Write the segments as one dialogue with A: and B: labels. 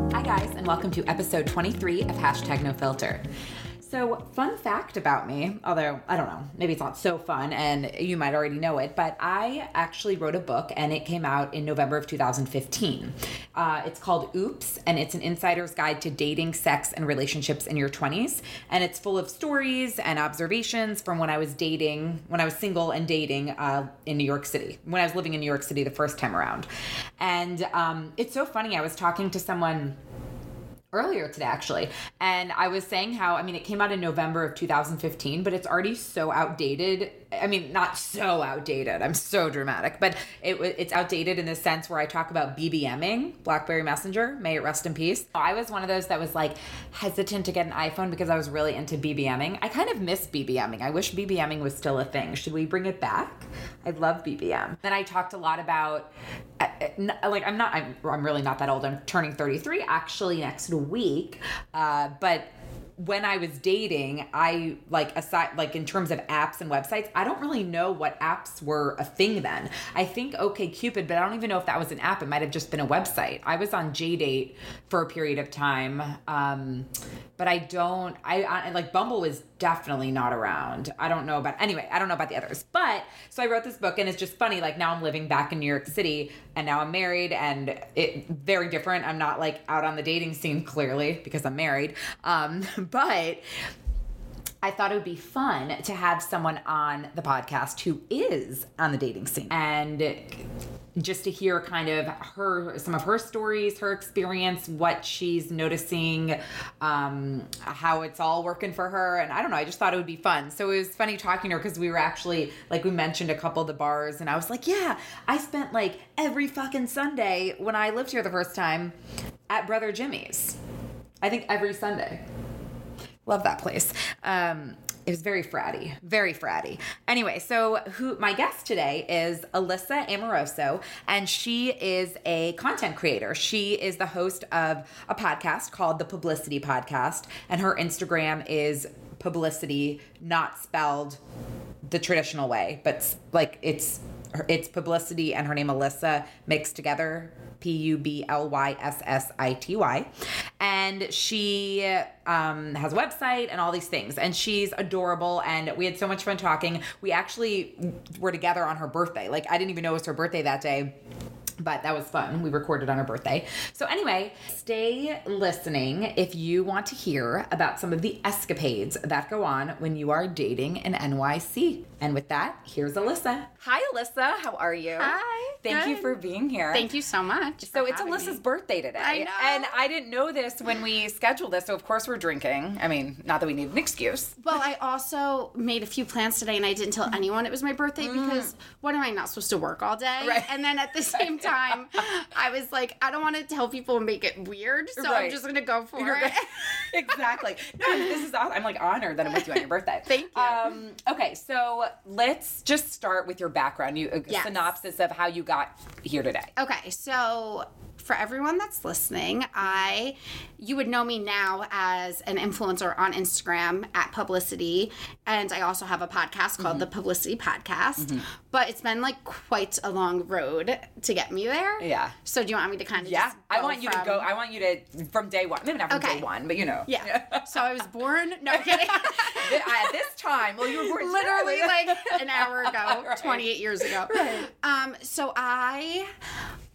A: and welcome to episode 23 of Hashtag No Filter. So, fun fact about me, although I don't know, maybe it's not so fun and you might already know it, but I actually wrote a book and it came out in November of 2015. Uh, it's called Oops, and it's an insider's guide to dating, sex, and relationships in your 20s. And it's full of stories and observations from when I was dating, when I was single and dating uh, in New York City, when I was living in New York City the first time around. And um, it's so funny, I was talking to someone earlier today actually and i was saying how i mean it came out in november of 2015 but it's already so outdated i mean not so outdated i'm so dramatic but it wa- it's outdated in the sense where i talk about bbming blackberry messenger may it rest in peace i was one of those that was like hesitant to get an iphone because i was really into bbming i kind of miss bbming i wish bbming was still a thing should we bring it back i love bbm then i talked a lot about uh, n- like i'm not I'm, I'm really not that old i'm turning 33 actually next week uh, but when i was dating i like aside like in terms of apps and websites i don't really know what apps were a thing then i think okay cupid but i don't even know if that was an app it might have just been a website i was on jdate for a period of time um, but i don't I, I like bumble was definitely not around i don't know about anyway i don't know about the others but so i wrote this book and it's just funny like now i'm living back in new york city and now i'm married and it very different i'm not like out on the dating scene clearly because i'm married um, but I thought it would be fun to have someone on the podcast who is on the dating scene and just to hear kind of her some of her stories, her experience, what she's noticing, um, how it's all working for her. And I don't know, I just thought it would be fun. So it was funny talking to her because we were actually like we mentioned a couple of the bars, and I was like, yeah, I spent like every fucking Sunday when I lived here the first time at Brother Jimmy's. I think every Sunday. Love that place. Um, it was very fratty, very fratty. Anyway, so who my guest today is Alyssa Amoroso, and she is a content creator. She is the host of a podcast called the Publicity Podcast, and her Instagram is publicity, not spelled the traditional way, but s- like it's it's publicity and her name Alyssa mixed together. P U B L Y S S I T Y. And she um, has a website and all these things. And she's adorable. And we had so much fun talking. We actually were together on her birthday. Like, I didn't even know it was her birthday that day but that was fun. We recorded on her birthday. So, anyway, stay listening if you want to hear about some of the escapades that go on when you are dating in NYC. And with that, here's Alyssa.
B: Hi, Alyssa. How are you?
C: Hi.
B: Thank you
C: Good.
B: for being here.
C: Thank you so much.
B: So it's Alyssa's birthday today.
C: I know.
B: And I didn't know this when we scheduled this, so of course we're drinking. I mean, not that we need an excuse.
C: Well, I also made a few plans today, and I didn't tell anyone it was my birthday because what am I not supposed to work all day?
B: Mm. Right.
C: And then at the same time, I was like, I don't want to tell people and make it weird, so
B: Right.
C: I'm just gonna go for it.
B: exactly. No, this is awesome. I'm like honored that I'm with you on your birthday.
C: Thank you.
B: Um, okay, so let's just start with your background. You a
C: Yes.
B: synopsis of how you got here today.
C: Okay, so for everyone that's listening, I you would know me now as an influencer on Instagram at Publicity, and I also have a podcast
B: Mm-hmm.
C: called the Publicity Podcast. But it's been like quite a long road to get me there.
B: Yeah.
C: So do you want me to kind of
B: Yeah.
C: Just
B: I
C: go
B: want you to
C: from-
B: go I want you to from day one. Maybe not from
C: Okay.
B: day one, but you know.
C: yeah. so I was born. No I'm kidding.
B: At this time, well you were born
C: literally like an hour ago,
B: Right.
C: 28 years ago. Um, so I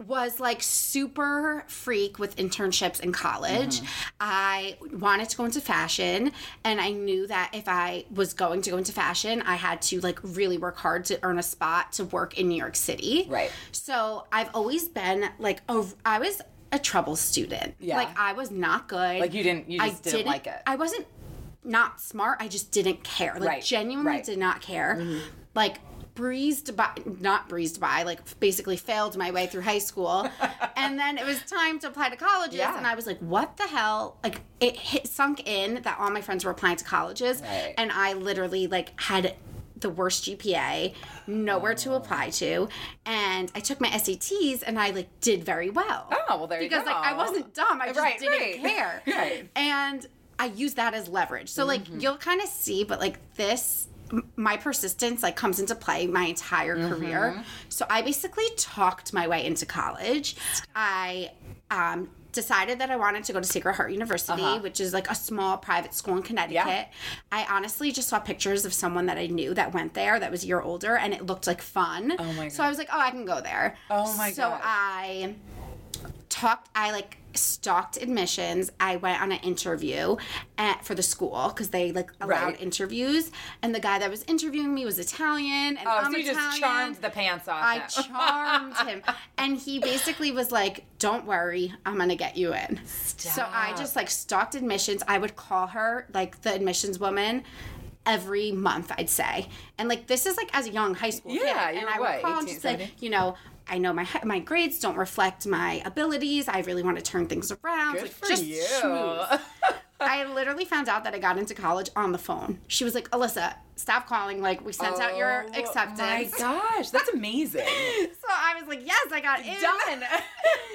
C: was like super freak with internships in college.
B: Mm-hmm.
C: I wanted to go into fashion and I knew that if I was going to go into fashion, I had to like really work hard to earn a spot to work in New York City.
B: Right.
C: So I've always been like a I was a trouble student.
B: Yeah.
C: Like I was not good.
B: Like, you didn't- you just didn't like it.
C: I wasn't not smart. I just didn't care. Like
B: Right,
C: genuinely
B: right. Mm-hmm.
C: did not care. Like breezed by, not breezed by. Like basically failed my way through high school, and then it was time to apply to colleges,
B: Yeah.
C: and I was like, "What the hell?" Like it hit, sunk in that all my friends were applying to colleges,
B: Right.
C: and I literally like had the worst GPA, nowhere to apply to, and I took my SATs and I like did very well.
B: Oh, well, there you
C: because,
B: go.
C: like I wasn't dumb, I just
B: Right,
C: didn't
B: right.
C: care.
B: Right.
C: And I use that as leverage. So like
A: Mm-hmm.
C: you'll kind of see, but like this m- my persistence like comes into play my entire
A: Mm-hmm.
C: career. So I basically talked my way into college. I um decided that I wanted to go to Sacred Heart University,
A: Uh-huh.
C: which is like a small private school in Connecticut. I honestly just saw pictures of someone that I knew that went there that was a year older and it looked like fun. Oh
A: my
C: So I was like, oh, I can go there.
A: Oh my
C: So
A: gosh.
C: I talked i like stalked admissions i went on an interview at, for the school because they like allowed
A: Right.
C: interviews and the guy that was interviewing me was italian and
A: Oh,
C: i'm
A: so you
C: italian
A: just charmed the pants off.
C: i
A: him.
C: charmed him and he basically was like don't worry i'm gonna get you in so i just like stalked admissions i would call her like the admissions woman every month i'd say and like this is like as a young high school kid
A: Yeah, you
C: and
A: were
C: i would
A: what,
C: call and
A: 18,
C: just like
A: 17?
C: you know, I know my my grades don't reflect my abilities. I really want to turn things around.
A: Good
C: like
A: for
C: just
A: you.
C: schmooze. I literally found out that I got into college on the phone. She was like, "Alyssa, stop calling. Like we sent out your
A: Oh My
C: acceptance."
A: gosh, that's amazing.
C: So I was like, "Yes, I got in."
A: Done.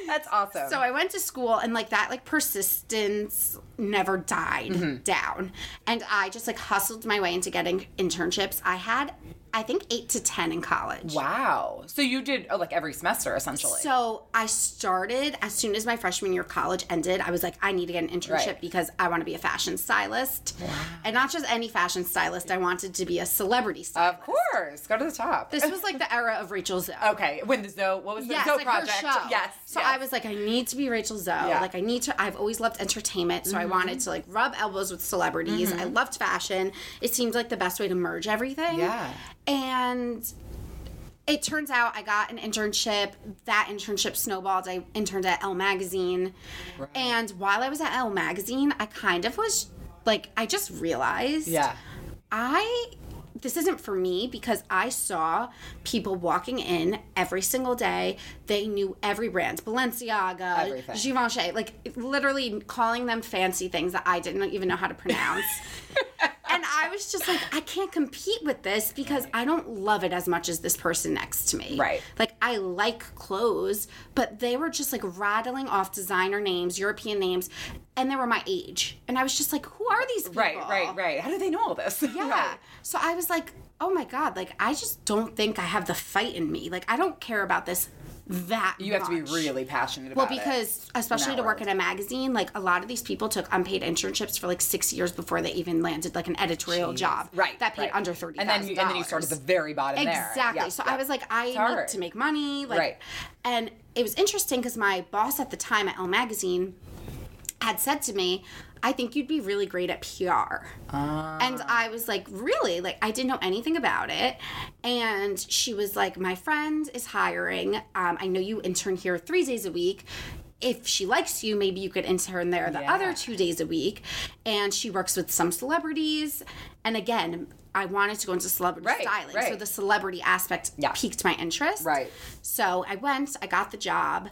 A: that's awesome.
C: So I went to school and like that like persistence never died
A: Mm-hmm.
C: down. And I just like hustled my way into getting internships. I had I think 8 to 10 in college.
A: wow. So you did oh, like every semester essentially.
C: So I started as soon as my freshman year of college ended. I was like, I need to get an internship
A: Right.
C: because I want to be a fashion stylist, and not just any fashion stylist. I wanted to be a celebrity stylist.
A: of course, go to the top.
C: This was like the era of Rachel Zoe.
A: okay, when the Zoe, what was the
C: Yes,
A: Zoe
C: like
A: project?
C: her show.
A: Yes.
C: So
A: yes.
C: I was like, I need to be Rachel Zoe.
A: Yeah.
C: Like I need to. I've always loved entertainment, so
A: Mm-hmm.
C: I wanted to like rub elbows with celebrities. I loved fashion. It seemed like the best way to merge everything.
A: Yeah.
C: And it turns out I got an internship. That internship snowballed. I interned at Elle Magazine. And while I was at Elle Magazine, I kind of was like, I just realized
A: Yeah.
C: I this isn't for me because I saw people walking in every single day. They knew every brand, Balenciaga,
A: Everything.
C: Givenchy, like literally calling them fancy things that I didn't even know how to pronounce. and I was just like, I can't compete with this because I don't love it as much as this person next to me.
A: Right.
C: Like I like clothes, but they were just like rattling off designer names, European names, and they were my age. And I was just like, who are these people?
A: Right, right, right. How do they know all this?
C: Yeah.
A: Right.
C: So I was like, oh my God, like I just don't think I have the fight in me. Like I don't care about this that
A: You have to be
C: much.
A: really passionate
C: Well,
A: about it.
C: because especially to work
A: world.
C: in a magazine, like a lot of these people took unpaid internships for like six years before they even landed like an editorial job.
A: right
C: That paid
A: right.
C: under thirty.
A: and then you and then you start at the very bottom there.
C: Exactly.
A: Yeah,
C: so
A: yeah.
C: I was like, I
A: hard.
C: need to make money. Like,
A: Right.
C: And it was interesting because my boss at the time at Elle Magazine had said to me, I think you'd be really great at PR. And
A: Ah.
C: I was like, really? Like, I didn't know anything about it. And she was like, my friend is hiring. Um, I know you intern here three days a week. If she likes you, maybe you could intern there the
A: Yeah.
C: other two days a week. And she works with some celebrities. And again, I wanted to go into celebrity
A: Right,
C: styling. So
A: right.
C: the celebrity aspect
A: Yeah.
C: piqued my interest.
A: Right.
C: So I went, I got the job.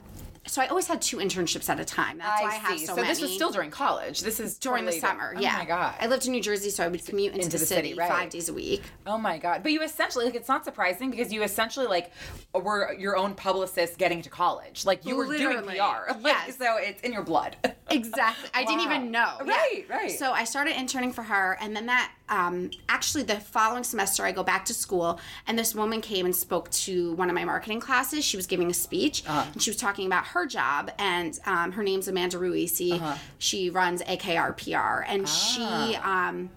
C: So I always had two internships at a time. That's why I have so,
A: so
C: many
A: this was still during college. This is
C: during the
A: totally different.
C: summer.
A: Oh
C: yeah.
A: my god.
C: I lived in New Jersey, so I would commute into, the, city,
A: right.
C: five days a week.
A: oh my god. But you essentially like it's not surprising because you essentially like were your own publicist getting to college. Like you were doing
C: Literally.
A: PR. Like,
C: Yes.
A: So it's in your blood.
C: Exactly. I didn't
A: Wow.
C: even know. Yeah.
A: Right, right.
C: So I started interning for her, and then that um, actually the following semester I go back to school, and this woman came and spoke to one of my marketing classes. She was giving a speech,
A: Uh-huh.
C: and she was talking about her job, and um, her name's Amanda Ruisi.
A: Uh-huh.
C: She runs AKR PR, and she.
A: Ah.
C: Um,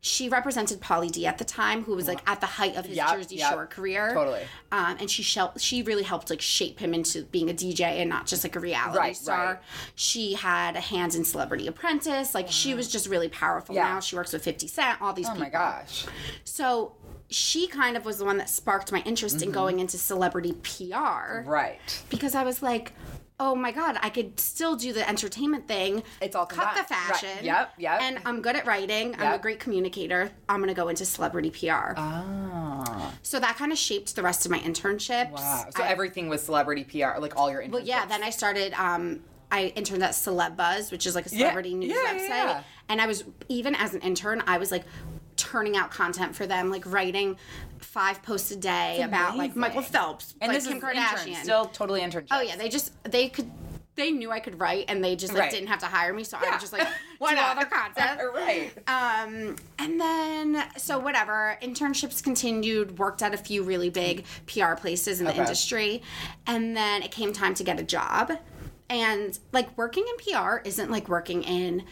C: she represented Polly D at the time, who was like at the height of his
A: Yep,
C: Jersey
A: yep.
C: Shore career.
A: Totally.
C: Um, and she shel- she really helped like shape him into being a DJ and not just like a reality
A: Right,
C: star.
A: right.
C: She had a hand in Celebrity Apprentice. Like she was just really powerful.
A: Yeah.
C: Now she works with Fifty Cent. All these
A: oh
C: people.
A: my gosh.
C: So she kind of was the one that sparked my interest in going into celebrity PR
A: Mm-hmm. Right.
C: because I was like. Oh my god, I could still do the entertainment thing.
A: It's all
C: cut the
A: combined. Right.
C: fashion.
A: Yep, yep.
C: And I'm good at writing. I'm a
A: Yep.
C: great communicator. I'm gonna go into celebrity PR.
A: Ah.
C: so that kind of shaped the rest of my internships.
A: Wow. So
C: I-
A: everything was celebrity PR, like all your internships.
C: Well, yeah. Then I started. Um, I interned at Celeb Buzz, which is like a celebrity news
A: yeah,
C: website,
A: yeah, yeah.
C: and I was even as an intern, I was like turning out content for them, like writing five posts a day about like
A: amazing.
C: Michael Phelps,
A: and
C: like
A: this
C: Kim
A: is
C: Kardashian.
A: intern, still totally internship.
C: oh yeah, they just they could. They knew I could write, and they just like
A: Right.
C: didn't have to hire me, so I
A: Yeah.
C: would just like
A: Why
C: do
A: not?
C: all their content.
A: right.
C: Um, and then so whatever internships continued. Worked at a few really big PR places in the
A: Okay.
C: industry, and then it came time to get a job. and like working in PR isn't like working in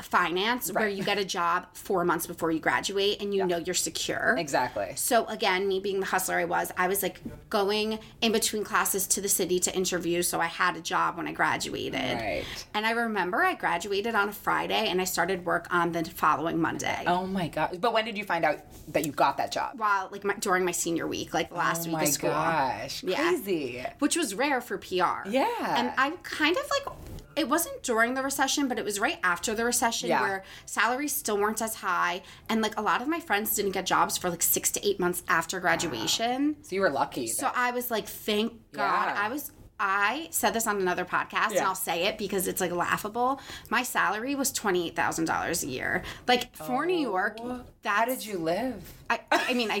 C: finance where you get a job four months before you graduate and you know you're secure.
A: Exactly.
C: So again, me being the hustler I was, I was like going in between classes to the city to interview, so I had a job when I graduated.
A: Right.
C: And I remember I graduated on a Friday and I started work on the following Monday.
A: Oh my god! But when did you find out that you got that job?
C: While like my, during my senior week, like the last
A: oh
C: week
A: my
C: of school.
A: gosh!
C: Yeah.
A: Crazy.
C: Which was rare for PR.
A: Yeah.
C: And I kind of like it wasn't during the recession, but it was right after the recession
A: Yeah.
C: where salaries still weren't as high and like a lot of my friends didn't get jobs for like 6 to 8 months after graduation.
A: So you were lucky.
C: So I was like, thank God.
A: Yeah.
C: I was. I said this on another podcast, and
A: Yeah.
C: I'll say it because it's like laughable. My salary was twenty eight thousand dollars a year, like for New York.
A: Oh. How
C: That
A: did you live?
C: I, I mean, I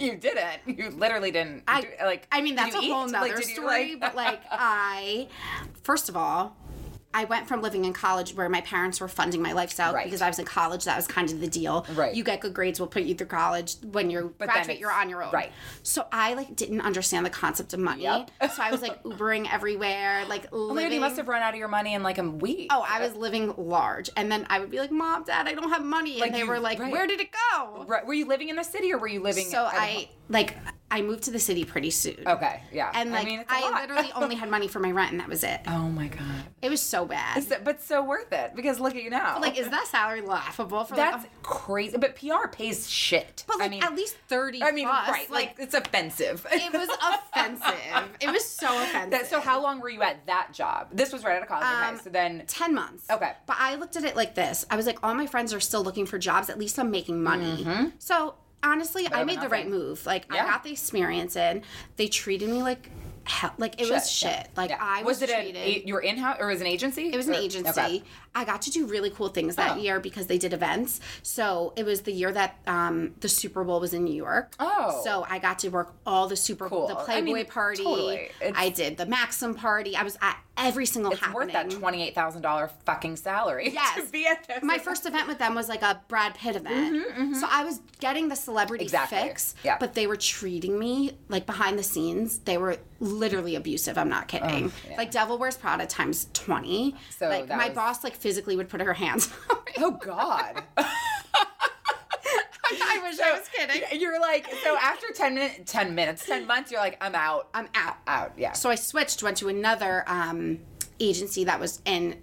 A: You didn't. You literally didn't.
C: I
A: do, like.
C: I mean,
A: did
C: that's a
A: you
C: whole
A: eat?
C: nother
A: Like, did you,
C: story.
A: like-
C: but like, I first of all, I went from living in college where my parents were funding my lifestyle
A: Right.
C: because I was in college. That was kind of the deal.
A: Right.
C: You get good grades, we'll put you through college. When you
A: then
C: graduate,
A: it's-
C: you're on your own.
A: right.
C: So I like didn't understand the concept of money.
A: Yep.
C: so I was like Ubering everywhere, like
A: Oh my God,
C: living.
A: you must have run out of your money in like a week.
C: Oh, I was living large, and then I would be like, "Mom, Dad, I don't have money," and
A: Like
C: they
A: you-
C: were like,
A: right.
C: "Where did it go?"
A: Right. Were you living in the city or were you living?
C: So
A: at
C: I like I moved to the city pretty soon.
A: Home? Okay. Yeah.
C: And like
A: I
C: I,
A: mean, it's a lot.
C: literally only had money for my rent and that was it.
A: Oh my god.
C: It was so bad.
A: So- but so worth it because look at you now.
C: Like, is that salary laughable for
A: that's
C: like, a-
A: crazy. But PR pays shit.
C: but like
A: I mean,
C: at least thirty
A: I mean,
C: plus.
A: right? Like, it's offensive.
C: it was offensive. It was so offensive.
A: That- so how long were you at that job? This was right out of college.
C: Um,
A: okay, so then
C: 10 months.
A: Okay.
C: But I looked at it like this. I was like, all my friends are still looking for jobs. At least I'm making money.
A: Mm-hmm.
C: So honestly, I
A: than
C: made the
A: nothing.
C: right move. Like, I
A: Yeah.
C: got the experience in. They treated me like hell. Like, it was shit.
A: yeah,
C: Like,
A: yeah.
C: I was,
A: it
C: treated.
A: an a- your in house or was it an agency?
C: It was an agency. I got to do really cool things that
A: Oh.
C: year because they did events. So it was the year that um, the Super Bowl was in New York.
A: Oh.
C: So I got to work all the Super Bowl, the
A: Cool.
C: Playboy
A: I mean,
C: party.
A: totally. It's-
C: I did the Maxim party. I was at every single
A: It's worth that
C: happening.
A: twenty eight thousand dollar fucking salary
C: Yes.
A: to be at this.
C: My first event with them was like a Brad Pitt event. So I was getting the celebrity
A: Mm-hmm, Exactly.
C: fix,
A: Yeah.
C: but they were treating me like behind the scenes. They were literally abusive. I'm not kidding.
A: Oh, yeah.
C: Like Devil Wears Prada times 20.
A: So
C: like
A: that
C: my
A: was-
C: boss like physically would put her hands on me.
A: Oh God.
C: I wish I was kidding.
A: You're like so after ten minutes, ten minutes, ten months. You're like I'm out.
C: I'm out.
A: out. Yeah.
C: So I switched, went to another um, agency that was in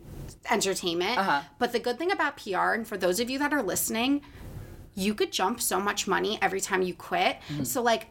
C: entertainment.
A: Uh-huh.
C: But the good thing about PR, and for those of you that are listening, you could jump so much money every time you quit.
A: Mm-hmm.
C: So, like,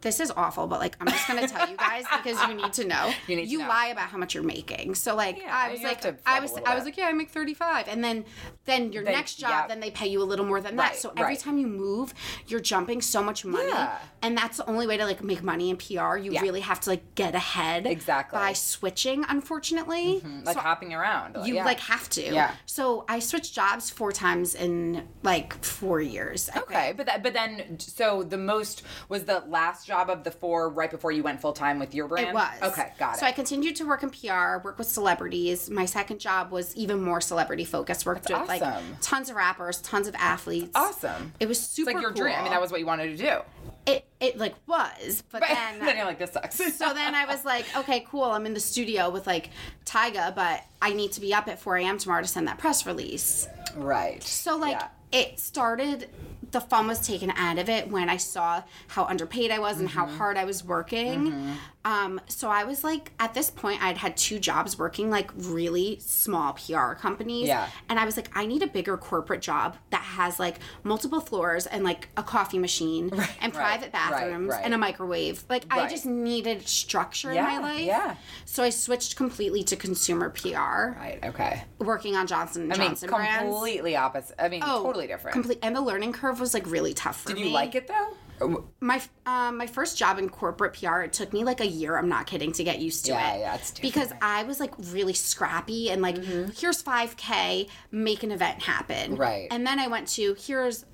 C: this is awful, but like I'm just gonna tell you guys because you need to know.
A: You need to know.
C: lie about how much you're making. So like
A: Yeah,
C: I was
A: you have
C: like
A: to flub
C: I
A: a
C: was
A: little
C: I was
A: bit.
C: like yeah I make 35 and then then your
A: Then-
C: next job
A: yeah.
C: then they pay you a little more than that.
A: Right,
C: So every
A: right.
C: time you move, you're jumping so much money,
A: Yeah.
C: and that's the only way to like make money in PR. You really have to like get ahead
A: Exactly.
C: by switching. Unfortunately,
A: like hopping around.
C: you
A: yeah.
C: like have to.
A: Yeah.
C: So I switched jobs four times in like four years. I
A: Okay, but that, but then so the most was the last job of the four right before you went full time with your brand.
C: It was.
A: Okay, got
C: So I
A: it.
C: continued to work in PR, work with celebrities. My second job was even more celebrity focused. Worked with like
A: awesome.
C: tons of rappers, tons of athletes.
A: awesome.
C: It was super
A: It's like your
C: cool.
A: dream. I mean, that was what you wanted to do.
C: it. It like was, but,
A: But
C: then,
A: then, you're like, this sucks.
C: so then I was like, okay, cool. I'm in the studio with like Tyga, but I need to be up at 4 a.m. tomorrow to send that press release.
A: right.
C: So like
A: Yeah.
C: it started the fun was taken out of it when I saw how underpaid I was and how
A: Mm-hmm.
C: hard I was working. Um, so I was like at this point I'd had two jobs working like really small PR companies.
A: Yeah.
C: And I was like, I need a bigger corporate job that has like multiple floors and like a coffee machine and
A: right,
C: private
A: right,
C: bathrooms
A: right.
C: and a microwave. Like I
A: Right.
C: just needed structure
A: Yeah,
C: in my life.
A: yeah.
C: So I switched completely to consumer PR,
A: Right. Okay.
C: working on Johnson and
A: I mean,
C: Johnson brands.
A: completely opposite. I mean, totally different.
C: Oh, Complete, and the learning curve was like really tough for
A: Did
C: me.
A: you like it though? Or-
C: My f- um, my first job in corporate PR, it took me like a year. I'm not kidding to get used to
A: Yeah,
C: it.
A: yeah, it's different. Mm-hmm.
C: because I was like really scrappy and like here's 5k, make an event happen.
A: Right.
C: And then I went to here's.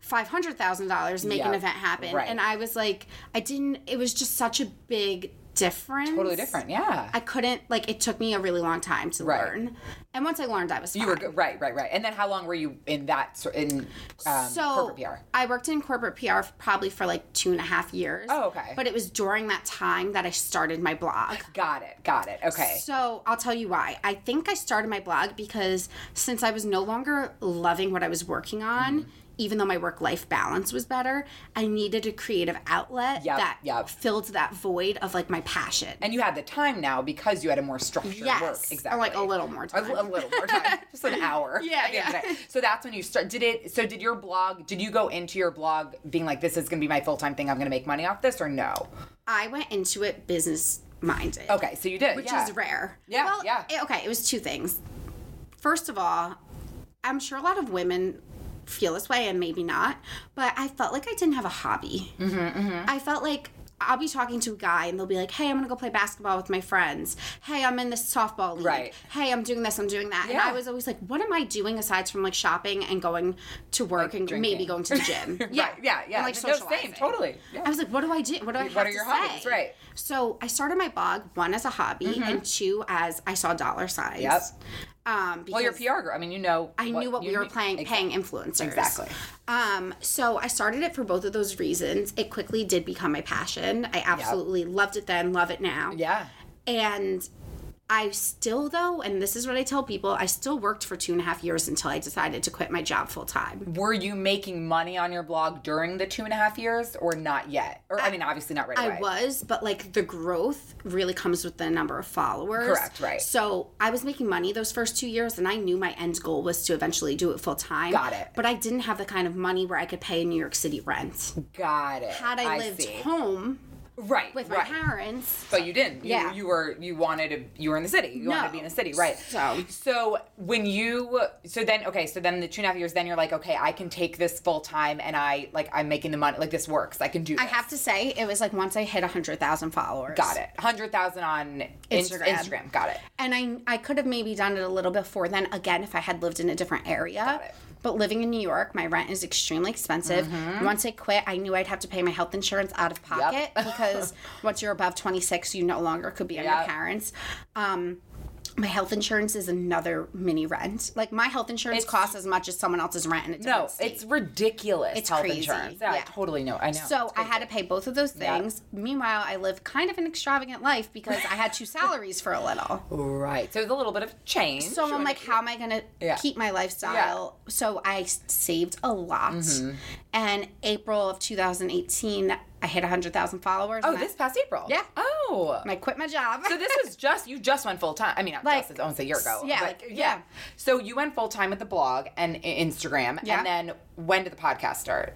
C: Five hundred thousand dollars make an
A: Yeah,
C: event happen,
A: right.
C: and I was like, I didn't. It was just such a big difference.
A: Totally different. Yeah.
C: I couldn't like it took me a really long time to
A: Right.
C: learn. And once I learned I was fine.
A: you were good. right, right, right. And then how long were you in that sor- in um, corporate PR?
C: I worked in corporate PR f- probably for like two and a half years.
A: Oh, okay.
C: But it was during that time that I started my blog.
A: Got it. Got it. Okay.
C: So I'll tell you why. I think I started my blog because since I was no longer loving what I was working on,
A: Mm-hmm.
C: even though my work life balance was better, I needed a creative outlet
A: Yep,
C: that
A: yep.
C: filled that void of like my passion.
A: and you had the time now because you had a more structured
C: yes,
A: work. Exactly.
C: Or like a little more
A: A,
C: time.
A: a little more time, just an hour.
C: Yeah,
A: at the end of the
C: yeah.
A: day. So that's when you start. Did it? So did your blog? Did you go into your blog being like, "This is going to be my full time thing. I'm going to make money off this," or no?
C: I went into it business minded.
A: Okay, so you did,
C: Which
A: yeah.
C: is rare.
A: Yeah,
C: Well,
A: yeah.
C: it- okay, it was two things. First of all, I'm sure a lot of women feel this way and maybe not, but I felt like I didn't have a hobby.
A: Mm-hmm,
C: I felt like I'll be talking to a guy and they'll be like, hey, I'm gonna go play basketball with my friends. Hey, I'm in this softball league.
A: Right.
C: Hey, I'm doing this, I'm doing that. And
A: Yeah.
C: I was always like, what am I doing aside from like shopping and going to work and
A: drinking.
C: maybe going to the gym? yeah.
A: Right, yeah, yeah.
C: And like
A: No, same,
C: socializing.
A: totally. Yeah.
C: I was like, what do I do? What do I have
A: What are
C: to
A: your
C: say?
A: hobbies? Right. Mm-hmm.
C: So I started my blog one as a hobby and two as I saw dollar signs.
A: Yep.
C: Um,
A: Well,
C: because
A: you're a PR girl. I mean, you know.
C: I knew what
A: you
C: we were
A: need-
C: playing,
A: Exactly.
C: paying influencers.
A: Exactly.
C: Um, so I started it for both of those reasons. It quickly did become my passion. I absolutely loved it then, love it now.
A: Yeah.
C: And I still, though, and this is what I tell people, I still worked for two and a half years until I decided to quit my job full time.
A: Were you making money on your blog during the two and a half years, or not yet? Or I, mean, obviously not right away.
C: I was, but like the growth really comes with the number of followers.
A: Correct, right.
C: So I was making money those first two years, and I knew my end goal was to eventually do it full time.
A: Got it.
C: But I didn't have the kind of money where I could pay New York City rent.
A: Got it.
C: Had I, lived
A: see.
C: home
A: right
C: with
A: right.
C: my parents,
A: But you didn't. You,
C: Yeah.
A: You were you wanted to you were in the city. You wanted to
C: No.
A: be in the city, right?
C: So-
A: so when you so then okay so then the two and a half years then you're like okay I can take this full time and I like I'm making the money like this works I can do.
C: I have to say, it was like once I hit 100,000 followers.
A: Got it. Hundred thousand on Instagram.
C: Instagram.
A: Instagram. Got it.
C: And I, I could have maybe done it a little before then, again, if I had lived in a different area.
A: it.
C: But living in New York, my rent is extremely expensive.
A: Mm-hmm.
C: Once I quit, I knew I'd have to pay my health insurance out of pocket because once you're above 26, you no longer could be on
A: Yep.
C: your parents. Um, my health insurance is another mini rent. Like my health insurance costs as much as someone else's rent in a different
A: No,
C: state.
A: it's ridiculous.
C: It's
A: health
C: crazy.
A: insurance. Yeah, I
C: Yeah.
A: totally know. I know.
C: So I had to pay both of those things. Meanwhile, I live kind of an extravagant life because I had two salaries for a little.
A: right. So it was a little bit of change.
C: So I'm like, how am I gonna
A: Yeah.
C: keep my lifestyle? So I s- saved a lot.
A: Mm-hmm.
C: And April of 2018, I hit 100,000 followers.
A: oh,
C: and I-
A: this past April.
C: Yeah.
A: Oh.
C: and I quit my job.
A: so this was just you just went full time. I mean, not
C: Like,
A: just I won't say a year ago.
C: yeah,
A: but
C: like, yeah.
A: So you went full time with the blog and I- Instagram,
C: Yeah.
A: and then when did the podcast start?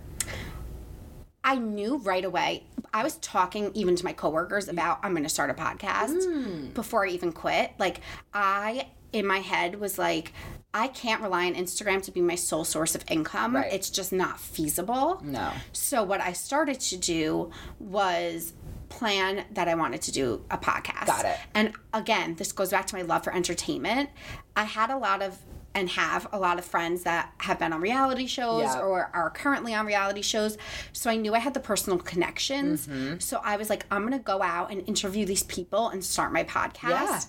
C: I knew right away. I was talking even to my
A: Mm.
C: coworkers about I'm going to start a podcast before I even quit. Like I in my head was like I can't rely on Instagram to be my sole source of income.
A: Right.
C: It's just not feasible.
A: No.
C: So what I started to do was plan that I wanted to do a podcast.
A: Got it.
C: And again, this goes back to my love for entertainment. I had a lot of and have a lot of friends that have been on reality shows
A: Yeah.
C: or are currently on reality shows. So I knew I had the personal connections.
A: Mm-hmm.
C: So I was like, I'm going to go out and interview these people and start my podcast.
A: Yeah.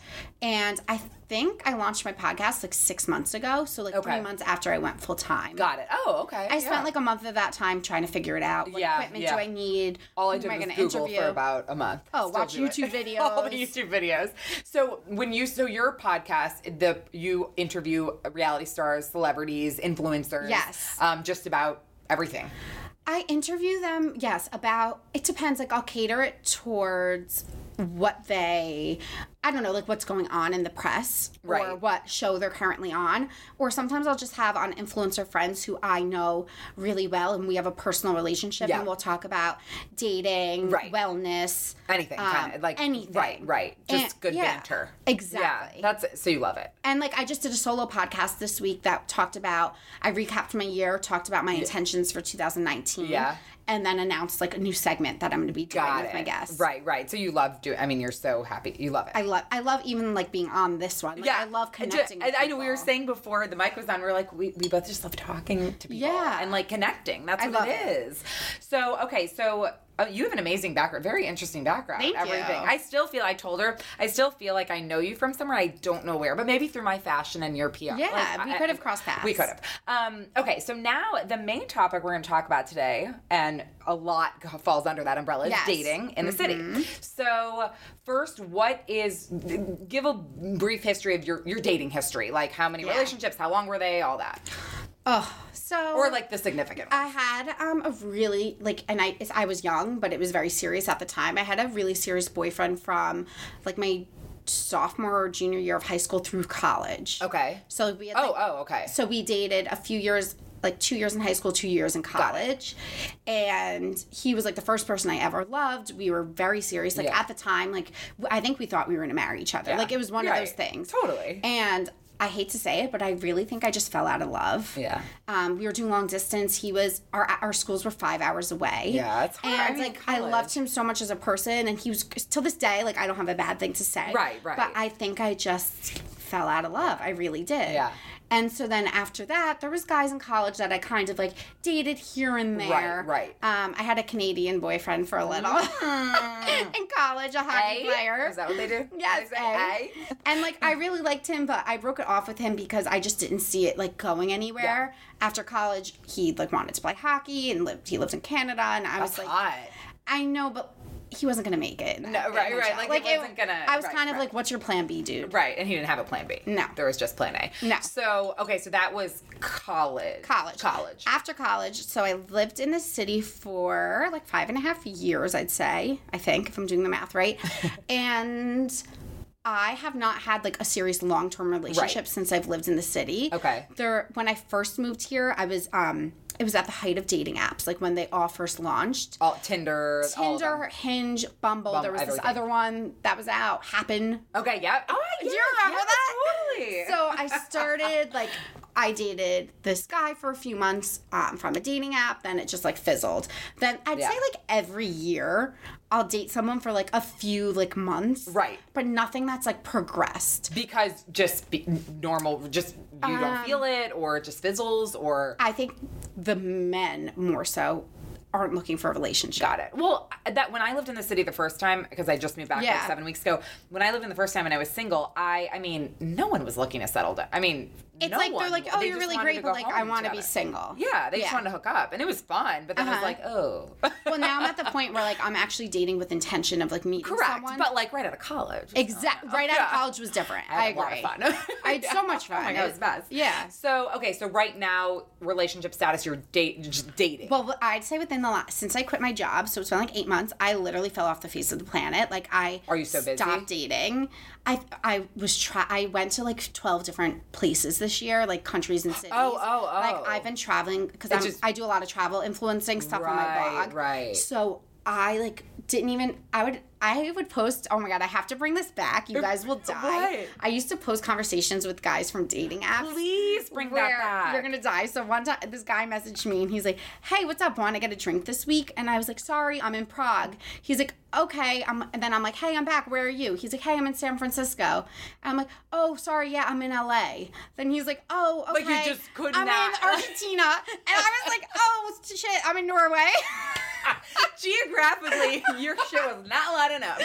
C: And I think I launched my podcast like six months ago. So, like,
A: Okay.
C: three months after I went full time.
A: Got it. Oh, okay.
C: I spent like a month of that time trying to figure it out. What
A: Yeah,
C: equipment
A: yeah.
C: do I need?
A: all I
C: Who
A: did
C: am
A: was
C: gonna
A: Google for about a month.
C: Oh, watch
A: do it.
C: YouTube
A: all the
C: videos.
A: YouTube videos. So when you so your podcast, the you interview reality stars, celebrities, influencers.
C: Yes.
A: Um, just about everything.
C: I interview them, yes, about it depends. Like I'll cater it towards what they I don't know, like what's going on in the press or
A: Right.
C: what show they're currently on. Or sometimes I'll just have on influencer friends who I know really well and we have a personal relationship
A: Yeah.
C: and we'll talk about dating,
A: Right.
C: wellness.
A: Anything, kind
C: um,
A: of like
C: anything.
A: Right, right. Just
C: And-
A: good
C: yeah,
A: banter.
C: Exactly.
A: Yeah, that's so you love it.
C: and like I just did a solo podcast this week that talked about I recapped my year, talked about my intentions for 2019,
A: Yeah.
C: and then announced like a new segment that I'm going to be doing
A: Got
C: with
A: it.
C: my guests.
A: Right, right. So you love doing. I mean, you're so happy. You love it.
C: I love I love even like being on this one. Like, I love
A: And ju-
C: connecting.
A: and
C: with
A: I know we were
C: people.
A: saying before the mic was on. We are like, we, we both just love talking to people.
C: Yeah.
A: and like connecting. That's
C: I
A: what
C: love
A: it
C: it.
A: is. So okay, so Oh, you have an amazing background, very interesting background.
C: Thank you.
A: everything. I still feel I told her. I still feel like I know you from somewhere. I don't know where, but maybe through my fashion and your PR.
C: Yeah,
A: Like,
C: we
A: I-
C: could have crossed paths.
A: We could have. Um, okay, so now the main topic we're going to talk about today, and a lot g- falls under that umbrella, is
C: Yes.
A: dating in the
C: Mm-hmm.
A: city. So first, what is? Give a brief history of your your dating history. Like how many relationships? How long were they? All that,
C: Oh, so
A: or like the significant. ones.
C: I had um, a really like, and I I was young, but it was very serious at the time. I had a really serious boyfriend from like my sophomore or junior year of high school through college.
A: okay.
C: So we had
A: Oh,
C: like,
A: oh, okay.
C: so we dated a few years like two years in high school two years in college and he was like the first person i ever loved we were very serious like
A: Yeah.
C: at the time like w- i think we thought we were going to marry each other like it was one of those
A: Right.
C: things
A: Totally.
C: and i hate to say it but i really think i just fell out of love
A: Yeah.
C: um, we were doing long distance he was our our schools were five hours away
A: Yeah, it's hard. I
C: and
A: mean,
C: like i
A: college.
C: loved him so much as a person and he was till this day like i don't have a bad thing to say
A: Right, right.
C: but i think i just fell out of love i really did
A: Yeah.
C: and so then after that, there was guys in college that I kind of like dated here and there.
A: right.
C: Um, I had a Canadian boyfriend for a little in college, a hockey player.
A: Mm. Eh? Is that what they do?
C: Yes,
A: They say
C: A.
A: A?
C: and like I really liked him, but I broke it off with him because I just didn't see it like going anywhere. After college, he like wanted to play hockey and lived. He lived in Canada, and I was like,
A: Hot.
C: I know, but he wasn't gonna make it. No,
A: right, right, like, it wasn't gonna-
C: I was
A: right,
C: kind of
A: right.
C: like, what's your plan B, dude?
A: Right, and he didn't have a plan B.
C: No.
A: There was just plan A.
C: No.
A: So, okay, so that was college.
C: college.
A: College.
C: After college, so I lived in the city for like five and a half years, I'd say, I think, if I'm doing the math right. and I have not had like a serious long term relationship since I've lived in the city.
A: Okay.
C: There when I first moved here, I was um it was at the height of dating apps, like when they all first launched.
A: All, Tinder. all of them.
C: Tinder, Hinge, Bumble, there was
A: everything.
C: this other one that was out, Happen.
A: Okay, yeah. Oh,
C: Do
A: yes,
C: you remember
A: yes,
C: that?
A: Totally.
C: So I started like I dated this guy for a few months um, from a dating app. Then it just like fizzled. Then I'd
A: Yeah.
C: say like every year I'll date someone for like a few like months,
A: Right.
C: But nothing that's like progressed.
A: because just be, normal, just you
C: Um,
A: don't feel it, or it just fizzles, or
C: I think the men more so aren't looking for a relationship.
A: Got it. Well, that when I lived in the city the first time, because I just moved back like
C: Yeah.
A: seven weeks ago. When I lived in the first time and I was single, I I mean, no one was looking to settle down. I mean,
C: It's
A: no
C: like
A: one.
C: they're like, oh,
A: They
C: you're
A: just
C: really
A: wanted
C: great,
A: to
C: but
A: go
C: like
A: home
C: I want to be
A: together.
C: single.
A: Yeah, they just
C: Yeah.
A: wanted to hook up, and it was fun. But then I was
C: Uh-huh.
A: like, oh,
C: Well, now I'm at the point where like I'm actually dating with intention of like meeting
A: correct.
C: someone.
A: But like right out of college,
C: Exactly. Right out
A: Oh, Yeah.
C: of college was different.
A: I
C: I,
A: had a
C: agree.
A: lot of fun.
C: I had so much fun.
A: Oh my god, it was the best.
C: Yeah.
A: So okay, so right now, relationship status, you're date, just dating.
C: Well, I'd say within the last since I quit my job, so it's been like eight months. I literally fell off the face of the planet. Like I
A: Are you so busy?
C: Stopped dating. I I was try. I went to like twelve different places this year, like countries and cities.
A: Oh, oh, oh.
C: Like I've been traveling because
A: just-
C: I do a lot of travel influencing stuff on
A: Right,
C: my blog.
A: right.
C: So I like didn't even. I would. I would post. Oh my god! I have to bring this back. You guys will die.
A: Right.
C: I used to post conversations with guys from dating apps
A: Please bring that
C: where
A: back.
C: You're gonna die. So one time, this guy messaged me and he's like, "Hey, what's up? Want to get a drink this week?" And I was like, "Sorry, I'm in Prague." He's like, "Okay." I'm, and then I'm like, "Hey, I'm back. Where are you?" He's like, "Hey, I'm in San Francisco." And I'm like, "Oh, sorry. Yeah, I'm in LA." Then he's like, "Oh, okay."
A: Like, you just could
C: I'm
A: not-
C: in Argentina, and I was like, "Oh shit, I'm in Norway."
A: Geographically, your shit was not loud enough.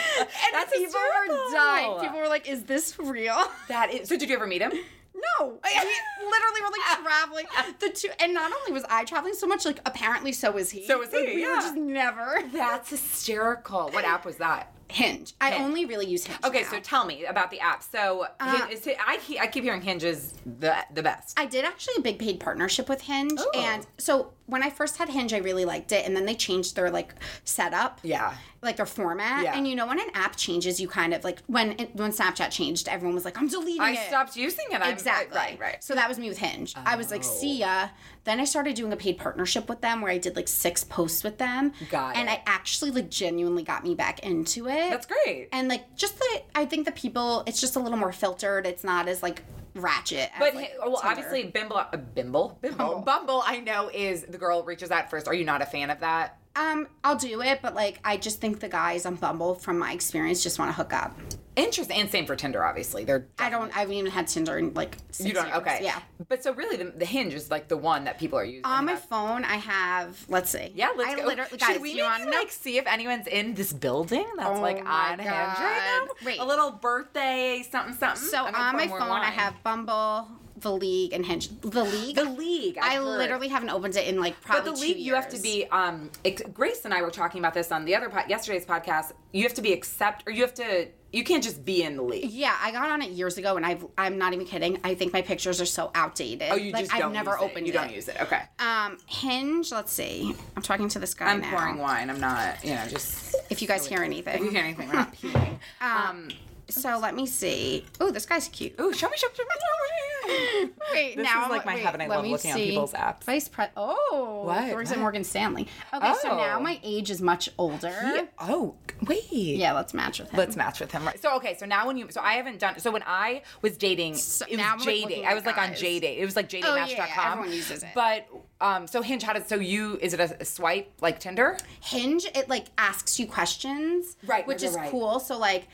A: That's
C: people
A: hysterical.
C: were dying. People were like, "Is this real?"
A: That is. So did you ever meet him?
C: No, we literally were like traveling the two, and not only was I traveling so much, like apparently so was he.
A: So was he,
C: Like, we
A: yeah.
C: were just never
A: That's hysterical. What app was that?
C: Hinge. I only really use Hinge.
A: Okay,
C: now.
A: so tell me about the app. So Hin- is it- I he- I keep hearing Hinge is the the best.
C: I did actually a big paid partnership with Hinge,
A: Ooh.
C: and so when I first had Hinge, I really liked it, and then they changed their like setup.
A: yeah.
C: Like their format,
A: Yeah.
C: and you know when an app changes, you kind of like when when Snapchat changed, everyone was like, "I'm deleting
A: I
C: it."
A: stopped using it. I'm,
C: Exactly.
A: Right. Right. Oh.
C: So that was me with Hinge. I was like, see ya. Then I started doing a paid partnership with them where I did like six posts with them.
A: Got
C: And
A: it.
C: I actually like genuinely got me back into it.
A: That's great.
C: And like just the I think the people it's just a little more filtered. It's not as like ratchet. as,
A: But
C: like,
A: hi- well,
C: Tinder.
A: obviously, Bimble, uh, Bimble, Bimble, Bumble. I know is the girl reaches out first. Are you not a fan of that?
C: Um, I'll do it, but like I just think the guys on Bumble, from my experience, just want to hook up.
A: Interesting. And same for Tinder, obviously. They're
C: I don't. I haven't even had Tinder in like. Six
A: you don't
C: years.
A: okay.
C: Yeah.
A: But so really, the, the Hinge is like the one that people are using.
C: On my
A: That's-
C: phone, I have. Let's see.
A: yeah, let's
C: I
A: go.
C: literally,
A: Should
C: guys,
A: we
C: you want
A: maybe, like see if anyone's in this building that's
C: Oh
A: like
C: my
A: on Hinge right
C: God.
A: now?
C: Wait.
A: A little birthday something something.
C: So
A: I'm gonna
C: on
A: put
C: my
A: more
C: phone, I
A: wine.
C: have Bumble, The League, and Hinge. The League.
A: the league. I've
C: I
A: heard.
C: literally haven't opened it in like
A: But
C: probably
A: the
C: two
A: league, you have to
C: years.
A: be. Um, ex- Grace and I were talking about this on the other po- yesterday's podcast. You have to be accept, or you have to. You can't just be in the league.
C: Yeah, I got on it years ago, and I've, I'm not even kidding. I think my pictures are so outdated.
A: Oh, you
C: like,
A: just
C: I've
A: don't
C: never
A: use
C: opened
A: it. You
C: it.
A: don't use it. Okay.
C: Um, Hinge. Let's see. I'm talking to this guy
A: I'm
C: now.
A: pouring wine. I'm not. You know, just
C: If you guys hear anything.
A: if you hear anything, we're not peeing. Um.
C: So let me see. Oh, this guy's cute.
A: Ooh, show me, show me, show me.
C: Wait,
A: This
C: now
A: is
C: I'm-
A: like my
C: wait,
A: heaven. I
C: let
A: love
C: me
A: looking on
C: see.
A: people's apps.
C: Vice Pres. Oh,
A: What?
C: He works at
A: What?
C: Morgan Stanley. Okay, so
A: Oh.
C: now my age is much older.
A: Yeah. Oh, wait.
C: Yeah, let's match with him.
A: Let's match with him, right? So okay, so now when you, so I haven't done. So when I was dating,
C: So
A: it was
C: now I'm, like,
A: J
C: looking
A: date. I
C: at
A: was like on
C: guys.
A: J date. It was like J
C: Oh, yeah, yeah,
A: datematch.com.
C: everyone uses it.
A: But um, so Hinge, how did so you is it a, a swipe like Tinder?
C: Hinge, it like asks you questions,
A: Right,
C: Which
A: right, right,
C: is
A: right.
C: cool. So like.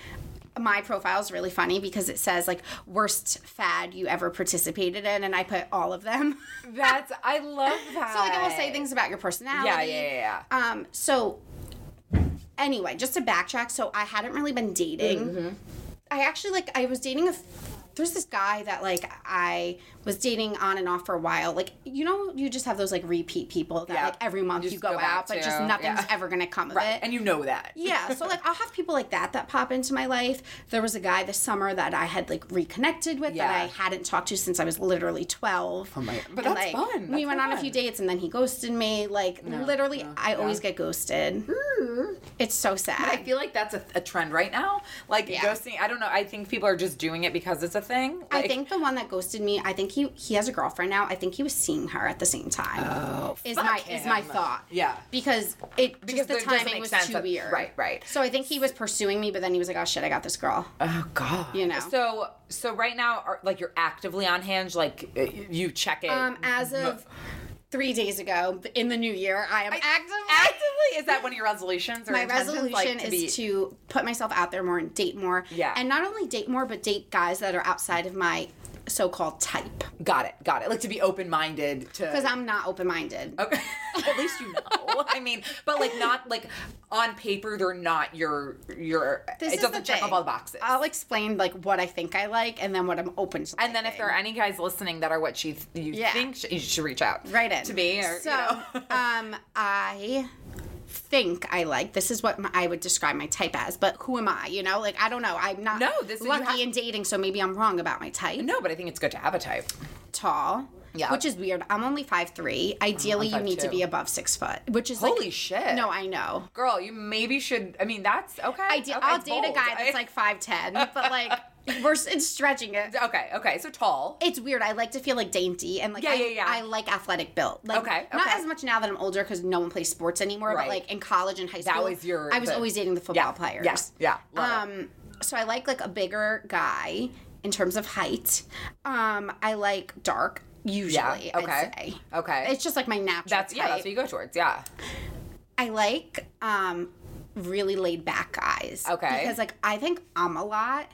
C: My profile is really funny because it says like worst fad you ever participated in, and I put all of them.
A: That's I love that.
C: so like it will say things about your personality.
A: Yeah, yeah, yeah,
C: Um, so anyway, just to backtrack, so I hadn't really been dating.
A: Mm-hmm.
C: I actually like I was dating a. There's this guy that like I was dating on and off for a while. Like you know, you just have those like repeat people that
A: Yeah.
C: like every month you,
A: just
C: go,
A: go back
C: out, but just
A: to,
C: nothing's
A: yeah.
C: ever gonna come of
A: Right,
C: it.
A: and you know that.
C: Yeah, so like I'll have people like that that pop into my life. There was a guy this summer that I had like reconnected with that
A: Yeah.
C: I hadn't talked to since I was literally twelve. Oh
A: my- but that's
C: like,
A: fun.
C: we
A: That's
C: went on a
A: fun.
C: few dates and then he ghosted me. Like literally, I always get ghosted.
A: Mm.
C: It's so
A: I
C: sad.
A: feel like that's a, a trend right now. Like
C: Yeah.
A: ghosting, I don't know. I think people are just doing it because it's a thing.
C: I
A: Like,
C: think the one that ghosted me, I think he he has a girlfriend now. I think he was seeing her at the same time. Oh, is my
A: fuck
C: is my
A: him.
C: thought.
A: Yeah.
C: Because it
A: Because
C: just
A: it
C: the
A: doesn't
C: timing
A: make
C: was
A: sense
C: too
A: that-
C: weird.
A: right, right.
C: So I think he was pursuing me, but then he was like, "Oh shit, I got this girl."
A: Oh God.
C: You know.
A: So so right now, are, like you're actively on Hinge. Like uh, you check it.
C: Um, as of three days ago, in the new year, I am actively.
A: actively is that one of your resolutions? Or
C: my
A: intentions,
C: resolution
A: like,
C: is
A: be-
C: to put myself out there more and date more.
A: Yeah.
C: And not only date more, but date guys that are outside of my so-called type.
A: got it, got it. Like to be open minded to
C: Because I'm not open-minded.
A: Okay. At least you know. I mean, but like not like on paper they're not your your.
C: This
A: it
C: is
A: doesn't
C: the
A: check
C: thing.
A: off all the boxes.
C: I'll explain like what I think I like, and then what I'm open to.
A: and then if there are any guys listening that are what she th- you
C: Yeah.
A: think sh- you should reach out
C: right in
A: to me or
C: so,
A: you know.
C: um, I think I like this is what my, I would describe my type as, but who am I? You know, like I don't know. I'm not
A: No, this is- you
C: lucky
A: have-
C: in dating, so maybe I'm wrong about my type.
A: No, but I think it's good to have a type.
C: tall.
A: Yeah.
C: Which is weird. I'm only five three. Ideally, you need to
A: 5'2".
C: be above six foot, which is
A: Holy
C: like,
A: shit.
C: No, I know.
A: Girl, you maybe should. I mean, that's okay.
C: I do,
A: okay,
C: I'll
A: it's
C: date a
A: bold.
C: guy that's
A: I-
C: like five ten, but like we're s- it's stretching it.
A: Okay, okay, so tall.
C: It's weird. I like to feel like dainty and like
A: Yeah,
C: I,
A: yeah, yeah.
C: I like athletic built. Like
A: Okay,
C: not
A: okay.
C: as much now that I'm older because no one plays sports anymore. But
A: Right.
C: like in college and high school,
A: was your-
C: I was
A: the-
C: always dating the football
A: yeah,
C: players.
A: Yes, yeah. love it.
C: Um, so I like like a bigger guy in terms of height. Um, I like dark usually.
A: Yeah, okay,
C: I'd say.
A: okay.
C: It's just like my natural.
A: that's yeah. That's
C: type.
A: what you go towards. Yeah.
C: I like um really laid back guys.
A: Okay.
C: Because like I think I'm a lot.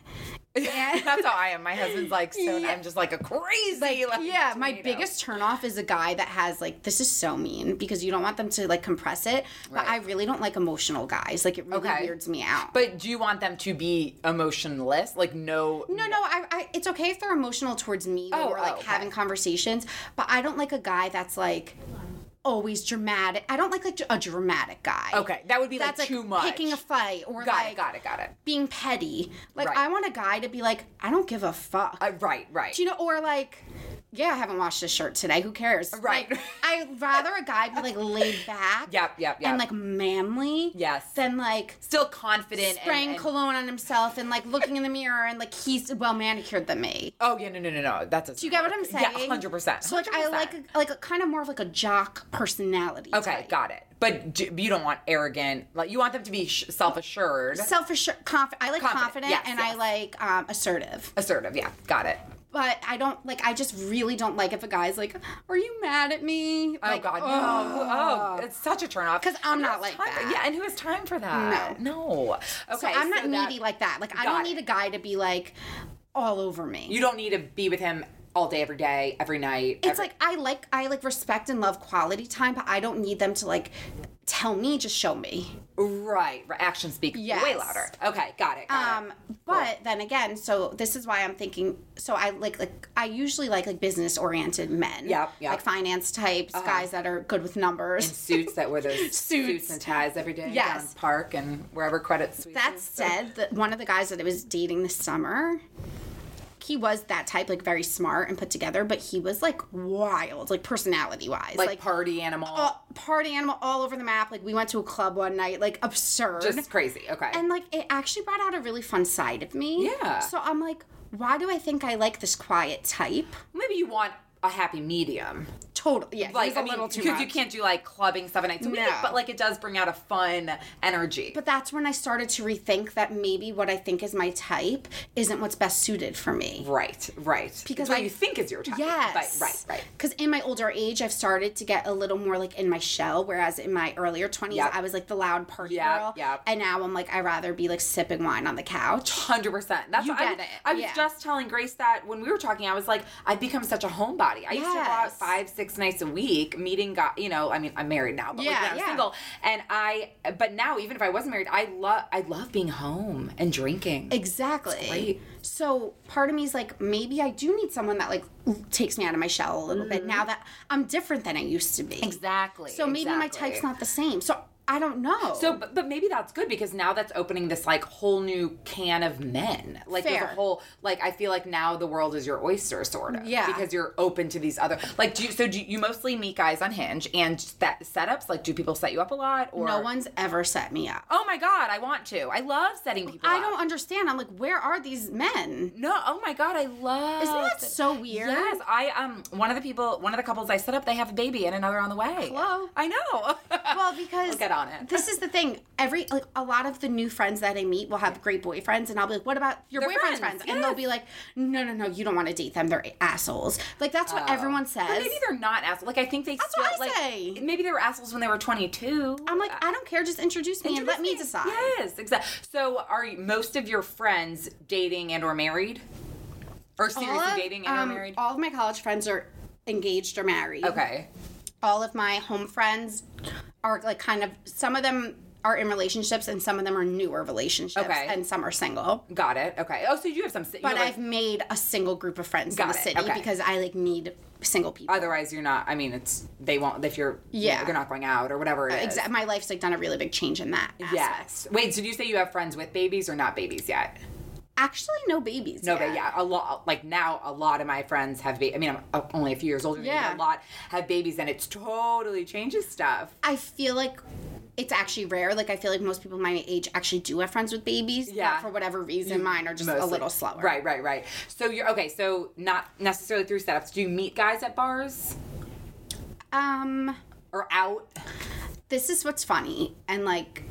A: That's how I am. My husband's like so. I'm just like a crazy. Like,
C: Yeah, my
A: tornado.
C: biggest turnoff is a guy that has like this is so mean because you don't want them to like compress it. But
A: Right.
C: I really don't like emotional guys. Like it really
A: Okay.
C: weirds me out.
A: But do you want them to be emotionless? Like no.
C: No, no, I, I it's okay if they're emotional towards me when
A: Oh,
C: we're
A: oh,
C: like
A: okay.
C: having conversations, but I don't like a guy that's like always dramatic. I don't like like a dramatic guy.
A: Okay, that would be
C: That's
A: like
C: like
A: too much.
C: picking a fight or
A: got
C: like
A: it. Got it. Got it.
C: being petty. Like
A: Right.
C: I want a guy to be like, I don't give a fuck.
A: Uh, right. Right.
C: Do you know, or like, yeah, I haven't washed this shirt today. Who cares?
A: Right.
C: Like, I'd rather a guy be like laid back.
A: Yep, yep, yep.
C: And like manly.
A: Yes.
C: Than like
A: Still confident.
C: spraying
A: and, and,
C: cologne on himself and like looking in the mirror and like he's well manicured than me.
A: Oh yeah. No. No. No. No. That's.
C: Do you get what I'm saying?
A: Yeah. Hundred percent.
C: So like I like a, like a kind of more of like a jock personality.
A: Okay. Got it. But do, you don't want arrogant. Like you want them to be sh- self-assured,
C: Self assured, conf- I like confident,
A: Confident, yes,
C: and I
A: yes.
C: like um, assertive.
A: assertive. Yeah. Got it.
C: But I don't like. I just really don't like if a guy's like, "Are you mad at me?"
A: Oh
C: Like,
A: God, no!
C: ugh.
A: Oh, it's such a turnoff.
C: 'Cause I'm
A: And
C: not
A: who has
C: like
A: time for-
C: that.
A: yeah, and who has time for that? No, no. Okay,
C: So I'm not
A: so that-
C: needy like that. Like I
A: Got
C: don't
A: it.
C: need a guy to be like all over me.
A: you don't need to be with him all day, every day, every night.
C: it's like I like I like respect and love quality time, but I don't need them to like tell me, just show me.
A: right, right, actions speak way
C: Yes.
A: louder. Okay, got it. Got
C: Um,
A: it.
C: but then again, so this is why I'm thinking. So I like like I usually like like business oriented
A: Yep,
C: men.
A: yep. Uh-huh.
C: Like finance types, guys that are good with numbers.
A: suits that wear those suits.
C: Suits.
A: and ties every day
C: Yes.
A: down park and wherever credit suisse.
C: That said, the, one of the guys that I was dating this summer, he was that type, like very smart and put together, but he was like wild, like personality wise,
A: like, party animal,
C: party animal all over the map. Like we went to a club one night, like absurd.
A: just crazy. Okay,
C: and like it actually brought out a really fun side of me.
A: Yeah.
C: So I'm like, why do I think I like this quiet type?
A: maybe you want a happy medium.
C: Totally. Yeah.
A: Like
C: he's a
A: I mean,
C: little too
A: because
C: much.
A: you can't do like clubbing seven nights a week,
C: No.
A: but like it does bring out a fun energy.
C: But that's when I started to rethink that maybe what I think is my type isn't what's best suited for me.
A: Right, right.
C: Because
A: Because what
C: I-
A: you think is your time.
C: Yes.
A: Right, right, right.
C: Because in my older age, I've started to get a little more like in my shell, whereas in my earlier 20s,
A: Yep.
C: I was like the loud party
A: Yep,
C: girl.
A: yep.
C: And now I'm like, I'd rather be like sipping wine on the couch.
A: Hundred percent. That's
C: You
A: what I
C: get
A: was-
C: it,
A: I was
C: yeah.
A: just telling Grace that when we were talking, I was like, I've become such a homebody. I used to go out
C: Yes.
A: five, six nights a week, meeting guy. You know, I mean, I'm married now, but like
C: Yeah,
A: when I was
C: yeah.
A: single, and I. But now, even if I wasn't married, I love, I love being home and drinking.
C: Exactly.
A: great.
C: So part of me is like, maybe I do need someone that like takes me out of my shell a little bit now that I'm different than I used to be.
A: Mm-hmm. Exactly.
C: So maybe my type's not the same. So I don't know.
A: So, but, but maybe that's good because now that's opening this like whole new can of men. Like there's
C: Fair.
A: a whole like I feel like now the world is your oyster sort of.
C: Yeah.
A: Because you're open to these other like do you so do you mostly meet guys on Hinge and that setups like do people set you up a lot or
C: no one's ever set me up.
A: Oh my god, I want to. I love setting people.
C: I
A: up.
C: don't understand. I'm like, where are these men?
A: No. Oh my god, I love.
C: Isn't that so weird?
A: Yes, I um one of the people, one of the couples I set up, they have a baby and another on the way.
C: Hello?
A: I know.
C: Well, because
A: I'll get on it.
C: this is the thing. Every like a lot of the new friends that I meet will have great boyfriends, and I'll be like, "What about your
A: They're
C: boyfriend's friends?"
A: friends,
C: And they'll
A: yes.
C: be like, "No, no, no, you don't want to date them. They're assholes." Like that's what everyone says.
A: Oh. But maybe they're not assholes. Like I think they.
C: That's
A: still,
C: what I
A: like,
C: say.
A: Maybe they were assholes when they were twenty two.
C: I'm like, I don't care. Just introduce me and let me decide.
A: Yes, exactly. So are you, most of your friends dating and or married, or seriously
C: All of,
A: dating and
C: um,
A: or married?
C: all of my college friends are engaged or married.
A: okay.
C: All of my home friends are like kind of some of them are in relationships and some of them are newer relationships
A: Okay.
C: and some are single.
A: Got it. Okay. Oh, so you have some.
C: But I've made a single group of friends in
A: Got
C: the
A: it,
C: city
A: okay.
C: because I like need single people.
A: Otherwise, you're not. I mean, it's they won't if you're.
C: Yeah. Uh,
A: They're not going out or whatever it is.
C: Exactly. My life's like done a really big change in that. Aspect.
A: Yes. Wait. So do you say you have friends with babies or not babies yet?
C: Actually, no babies.
A: No,
C: yet.
A: but yeah, a lot. Like now, a lot of my friends have. Ba- I mean, I'm only a few years older. Than yeah. A
C: Yeah.
A: lot have babies, and it's totally changes stuff.
C: I feel like it's actually rare. Like I feel like most people my age actually do have friends with babies.
A: Yeah.
C: But for whatever reason, mine are just a
A: Mostly.
C: little slower.
A: Right, right, right. So you're okay. So not necessarily through setups. Do you meet guys at bars
C: Um,
A: or out?
C: this is what's funny, and like.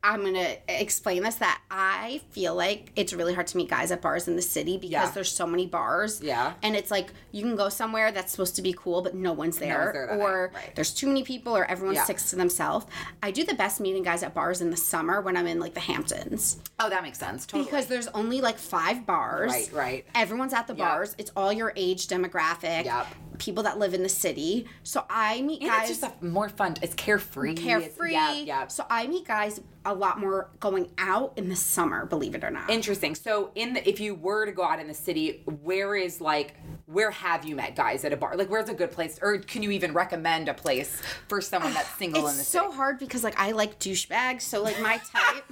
C: I'm gonna explain this that I feel like it's really hard to meet guys at bars in the city because
A: Yeah.
C: there's so many bars.
A: Yeah.
C: And it's like you can go somewhere that's supposed to be cool, but no one's there.
A: one's there that
C: or
A: night, right.
C: there's too many people or everyone
A: Yeah.
C: sticks to themselves. I do the best meeting guys at bars in the summer when I'm in like the Hamptons.
A: Oh, that makes sense. Totally.
C: Because there's only like five bars.
A: right, right.
C: Everyone's at the
A: Yep.
C: bars. It's all your age demographic.
A: Yep.
C: People that live in the city. So I meet
A: And
C: guys
A: it's just a more fun. It's carefree. it's-
C: carefree.
A: Yeah, yeah.
C: So I meet guys a lot more going out in the summer, believe it or not.
A: Interesting. So in the if you were to go out in the city, where is like where have you met guys at a bar? Like where's a good place or can you even recommend a place for someone that's single in the
C: it's so
A: city?
C: hard because like I like douchebags, so like my type.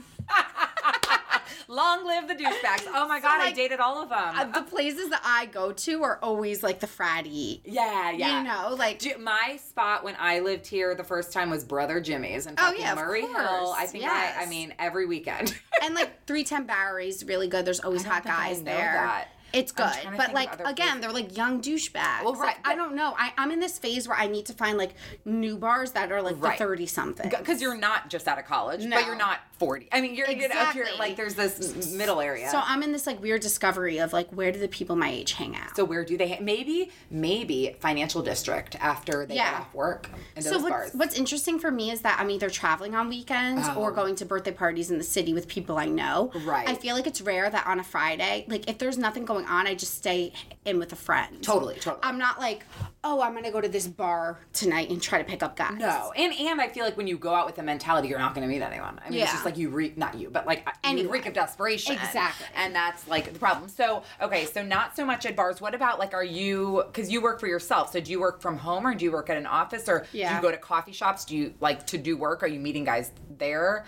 A: Long live the douchebags. Oh my god, I
C: like,
A: dated all of them.
C: uh, the places that I go to are always like the fratty.
A: yeah, yeah.
C: You know, like
A: Do- my spot when I lived here the first time was Brother Jimmy's and fucking
C: Oh, yeah, of
A: Murray Hill.
C: course.
A: I think
C: Yes.
A: I, I mean every weekend.
C: and like three ten Barry's really good. There's always
A: I don't
C: hot
A: think I
C: guys
A: know
C: there.
A: that.
C: It's
A: I'm trying
C: good,
A: to think
C: but
A: of
C: like
A: other
C: again, they're like young douchebags.
A: Well, right,
C: Like, I
A: but-
C: don't know. I, I'm in this phase where I need to find like new bars that are like
A: Right.
C: the thirty something.
A: because you're not just out of college,
C: No.
A: but you're not 40. I mean, you're,
C: Exactly.
A: you're up here, like, there's this middle area.
C: So I'm in this like weird discovery of like where do the people my age hang out?
A: So where do they? Ha- maybe maybe financial district after they
C: Yeah.
A: get off work and those
C: So
A: bars.
C: what's, what's interesting for me is that I'm either traveling on weekends or going to birthday parties in the city with people I know.
A: Oh. Right.
C: I feel like it's rare that on a Friday, like if there's nothing going on, I just stay in with a friend.
A: Totally, totally.
C: I'm not like, oh, I'm gonna go to this bar tonight and try to pick up guys.
A: no, and and I feel like when you go out with the mentality, you're not going to meet anyone. I mean, it's
C: Yeah.
A: just like you reek, not you, but like and you
C: Anyone.
A: reek of desperation.
C: Exactly.
A: and that's like the problem. So okay, so not so much at bars. What about like, are you? Because you work for yourself, so do you work from home or do you work at an office or do
C: Yeah.
A: you go to coffee shops? Do you like to do work? Are you meeting guys there?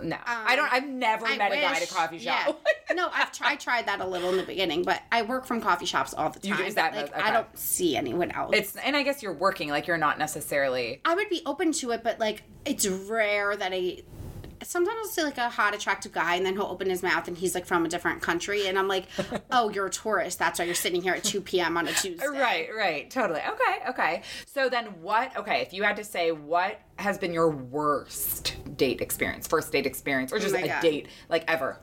A: No, I don't. I've never
C: Um, I
A: met a guy at
C: wish-
A: a coffee shop.
C: yeah. no, I've tried, I tried that a little in the beginning, but I work from coffee shops all the
A: You
C: time.
A: do- is that
C: like,
A: most-
C: I
A: okay.
C: don't see anyone else.
A: It's and I guess you're working, like you're not necessarily.
C: I would be open to it, but like it's rare that I. Sometimes I'll see like a hot, attractive guy, and then he'll open his mouth, and he's like from a different country, and I'm like, "Oh, you're a tourist. That's why you're sitting here at 2 p.m. on a Tuesday."
A: Right, right, totally. Okay, okay. So then, what? Okay, if you had to say what has been your worst date experience, first date experience, or just
C: Oh my
A: a
C: God.
A: date like ever?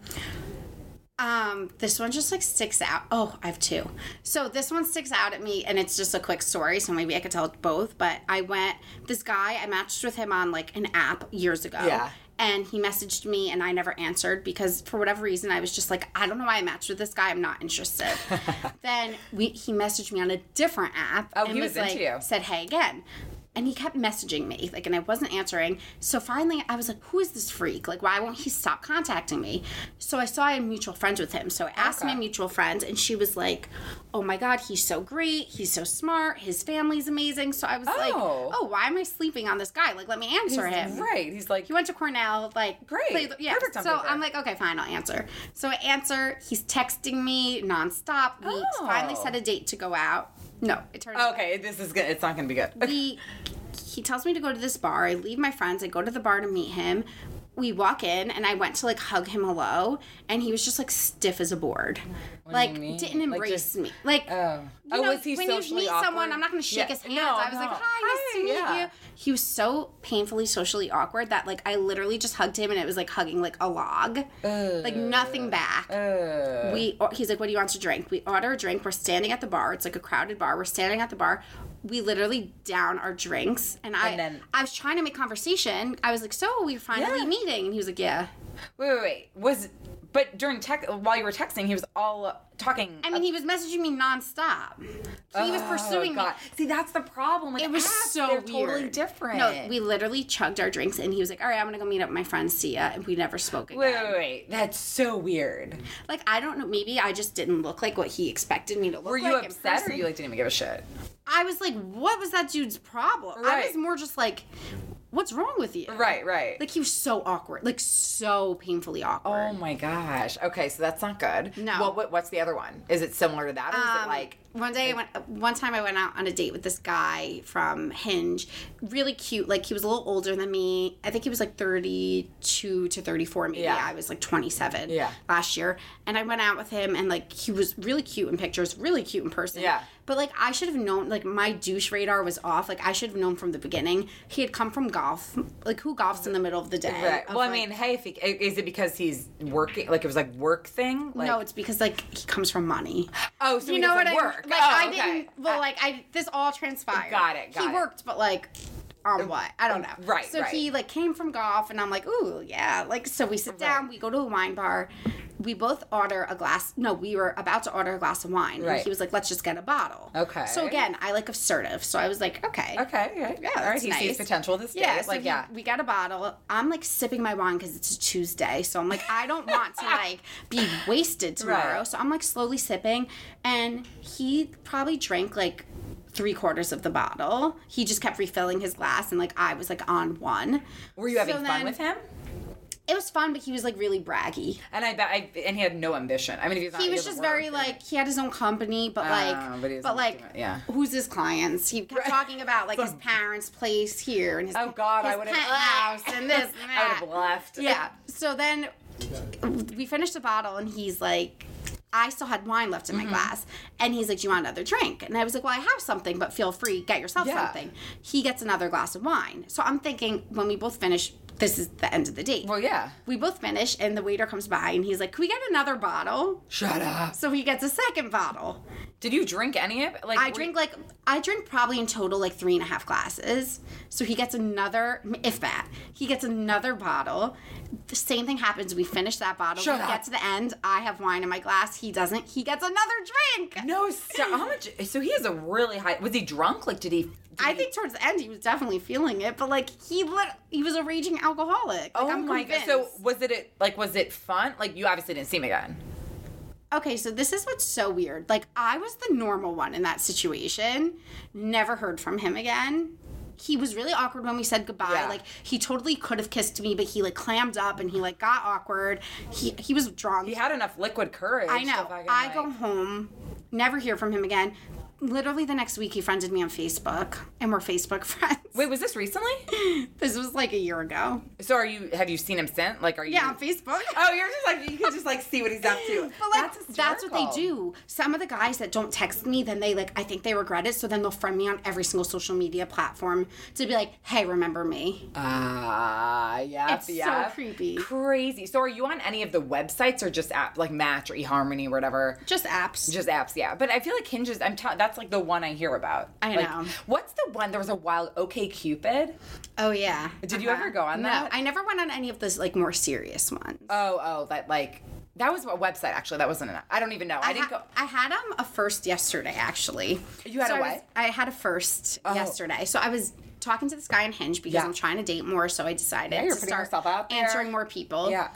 C: Um, this one just like sticks out. Oh, I have two. So this one sticks out at me, and it's just a quick story, so maybe I could tell both. But I went this guy. I matched with him on like an app years ago.
A: Yeah.
C: And he messaged me, and I never answered because for whatever reason I was just like, I don't know why I matched with this guy. I'm not interested. then we he messaged me on a different app.
A: Oh,
C: and
A: he was into
C: like,
A: you.
C: said hey again. And he kept messaging me, like, and I wasn't answering. So finally, I was like, who is this freak? Like, why won't he stop contacting me? So I saw I am mutual friends with him. So I asked my mutual friend, and she was like, oh my God, he's so great. He's so smart. His family's amazing. So I was like,
A: Oh.
C: oh, why am I sleeping on this guy? Like, let me answer him.
A: Right. He's like,
C: He went to Cornell, like
A: Great.
C: played- yeah.
A: Perfect on
C: so
A: paper.
C: I'm like, okay, fine, I'll answer. So I answer. He's texting me nonstop. We
A: Oh.
C: finally set a date to go out. No, it turned. out
A: okay, this is good. It's not gonna be good.
C: we he tells me to go to this bar. I leave my friends. I go to the bar to meet him. We walk in, and I went to like hug him hello, and he was just like stiff as a board, like
A: you mean?
C: didn't
A: Like,
C: embrace
A: just-
C: me. Like,
A: Oh.
C: you
A: Oh,
C: know,
A: was he
C: when you
A: socially
C: meet someone,
A: awkward?
C: I'm not going to shake
A: Yeah.
C: his hand.
A: No,
C: I was like,
A: no.
C: hi,
A: Hi,
C: nice to meet
A: yeah.
C: you. He was so painfully socially awkward that like I literally just hugged him, and it was like hugging like a log, like nothing back. We he's like, "What do you want to drink?" We order a drink. We're standing at the bar. It's like a crowded bar. We're standing at the bar. We literally down our drinks, and I
A: And then-
C: I was trying to make conversation. I was like, "So we're finally
A: Yeah.
C: meeting," and he was like, "Yeah."
A: Wait, wait, wait. Was but during tech while you were texting, he was all talking.
C: I mean, he was messaging me nonstop. He was pursuing me.
A: See, that's the problem. Like,
C: It was
A: Oh, apps,
C: so
A: they're
C: weird.
A: Totally different.
C: No, we literally chugged our drinks, and he was like, "All right, I'm gonna go meet up with my friend Sia," and we never spoke again.
A: Wait, wait, wait. That's so weird.
C: Like I don't know, maybe I just didn't look like what he expected me to look
A: Were
C: like.
A: you
C: in
A: upset or
C: person.
A: you like didn't even give a shit?
C: I was like, "What was that dude's problem?" I
A: Right.
C: was more just like, "What's wrong with you?"
A: Right, right.
C: Like he was so awkward, like so painfully awkward.
A: Oh my gosh. Okay, so that's not good.
C: No.
A: What, what what's the other one? Is it similar to that, or is it like?
C: Um, one day I went one time I went out on a date with this guy from Hinge. Really cute. Like he was a little older than me. I think he was like 32 to 34 maybe.
A: Yeah.
C: I was like 27
A: Yeah.
C: last year. And I went out with him and like he was really cute in pictures, really cute in person.
A: Yeah.
C: But like I should have known like my douche radar was off. Like I should have known from the beginning. He had come from golf. Like who golfs in the middle of the day?
A: Right.
C: Of,
A: Well, I
C: like-
A: mean, hey, if he, is it because he's working? Like it was like work thing? Like,
C: no, it's because like he comes from money.
A: Oh, so
C: you know what I
A: work.
C: Like
A: Oh,
C: I
A: okay.
C: didn't. Well, like I this all transpired.
A: Got it, got
C: he
A: it.
C: worked, but like on what? I don't know.
A: Right,
C: So
A: right.
C: he like came from golf, and I'm like, ooh, yeah. Like so, we sit down. We go to a wine bar. We both order a glass. No, we were about to order a glass of wine.
A: Right.
C: And he was like, let's just get a bottle.
A: Okay.
C: So again, I like assertive. So I was like, okay.
A: Okay. Okay. All
C: Yeah,
A: right.
C: that's
A: He sees
C: nice.
A: potential in this
C: Yeah,
A: date.
C: so
A: like
C: we,
A: yeah.
C: we got a bottle. I'm like sipping my wine because it's a Tuesday, so I'm like I don't want to like be wasted tomorrow.
A: Right.
C: So I'm like slowly sipping, and he probably drank like three quarters of the bottle. He just kept refilling his glass, and like I was like on one.
A: Were you having
C: so
A: fun
C: then-
A: with him?
C: It was fun, but he was like really braggy.
A: And I bet I and he had no ambition. I mean, if he's not,
C: He was
A: doesn't
C: just
A: work,
C: very
A: then-
C: like he had his own company, but like,
A: Oh, but he
C: but,
A: doesn't
C: like,
A: do it, yeah.
C: who's his clients? He kept talking about like his parents' place here and his
A: Oh God,
C: his
A: I would have
C: penthouse and this and
A: I would
C: that.
A: have left.
C: Yeah. So then we finished the bottle, and he's like, I still had wine left in
A: Mm-hmm.
C: my glass. And he's like, Do you want another drink? And I was like, Well, I have something, but feel free, get yourself
A: Yeah.
C: something. He gets another glass of wine. So I'm thinking, when we both finish, this is the end of the date.
A: Well, yeah.
C: We both finish, and the waiter comes by and he's like, Can we get another bottle?
A: Shut up.
C: So he gets a second bottle.
A: Did you drink any of it? Like
C: I
A: were-
C: drink like I drink probably in total like three and a half glasses. So he gets another, if that, he gets another bottle. The same thing happens. We finish that bottle.
A: Shut
C: we
A: up.
C: get to the end. I have wine in my glass. He doesn't. He gets another drink.
A: No, stop. how much? So he has a really high. Was he drunk? Like, did he? did
C: I
A: he-
C: think towards the end he was definitely feeling it, but like he lit, he was a raging alcoholic. Like,
A: Oh
C: I'm
A: my
C: convinced.
A: god. So was it? a- Like, was it fun? Like, you obviously didn't see him again.
C: Okay, so this is what's so weird. Like, I was the normal one in that situation. Never heard from him again. He was really awkward when we said goodbye.
A: Yeah.
C: Like, he totally could have kissed me, but he like clammed up and he like got awkward. He he was drunk.
A: He had enough liquid courage.
C: I
A: to
C: know.
A: fucking,
C: I
A: like-
C: go home, never hear from him again. Literally the next week, he friended me on Facebook, and we're Facebook friends.
A: Wait, was this recently?
C: This was like a year ago.
A: So are you? Have you seen him since? Like, are you?
C: Yeah, on Facebook.
A: Oh, you're just like you can just like see what he's up to.
C: But like that's, what they
A: hysterical.
C: do. Some of the guys that don't text me, then they like I think they regret it, so then they'll friend me on every single social media platform to be like, "Hey, remember me?"
A: Ah, yeah,
C: It's so
A: yeah.
C: creepy.
A: Crazy. So are you on any of the websites or just app like Match or eHarmony or whatever?
C: Just apps.
A: Just apps, yeah. But I feel like Hinges. I'm telling. That's like the one I hear about.
C: I
A: Like,
C: know.
A: What's the one? There was a wild OK Cupid.
C: oh yeah.
A: Did you ever go on
C: no,
A: that?
C: I never went on any of those like more serious ones.
A: Oh, oh, that like that was a website actually. That wasn't an. I don't even know. I, didn't
C: ha-
A: go.
C: I had um a first yesterday actually.
A: You had
C: So
A: a
C: I
A: what? Oh.
C: was- I had a first yesterday. So I was talking to this guy on Hinge because
A: Yeah.
C: I'm trying to date more, so I decided
A: you're
C: to
A: putting
C: start
A: yourself out there.
C: answering more people.
A: Yeah.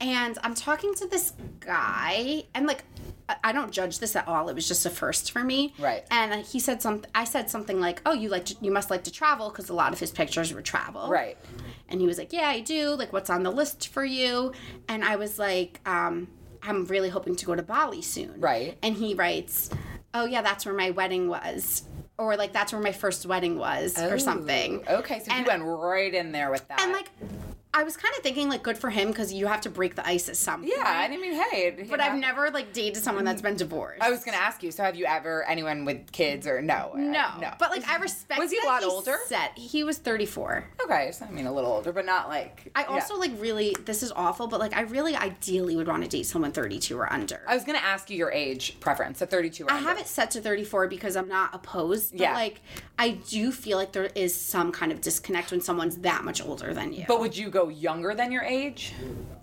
C: And I'm talking to this guy and like I- I don't judge this at all. It was just a first for me.
A: Right.
C: And he said something. I said something like, "Oh, you like to, you must like to travel because a lot of his pictures were travel."
A: Right.
C: And he was like, "Yeah, I do. Like, what's on the list for you?" And I was like, um, "I'm really hoping to go to Bali soon."
A: Right.
C: And he writes, "Oh yeah, that's where my wedding was." Or like that's where my first wedding was, or something.
A: Ooh, Oh, Okay, so he
C: And-
A: went right in there with that.
C: And like, I was kind of thinking like, good for him because you have to break the ice at some
A: yeah,
C: point.
A: and I mean, hey. it- it
C: But I've
A: happened.
C: never like dated someone that's been divorced.
A: I was gonna ask you. So, have you ever anyone with kids or no?
C: no,
A: no.
C: but like I respect.
A: Was he a
C: that
A: lot older?
C: Said he was thirty four.
A: okay, so I mean, a little older, but not like.
C: I
A: yeah.
C: also like really. This is awful, but like I really ideally would want to date someone thirty two or under.
A: I was gonna ask you your age preference. So, thirty-two. Or
C: I have it set to 34 because I'm not opposed. But
A: Yeah.
C: like, I do feel like there is some kind of disconnect when someone's that much older than you.
A: But would you go younger than your age?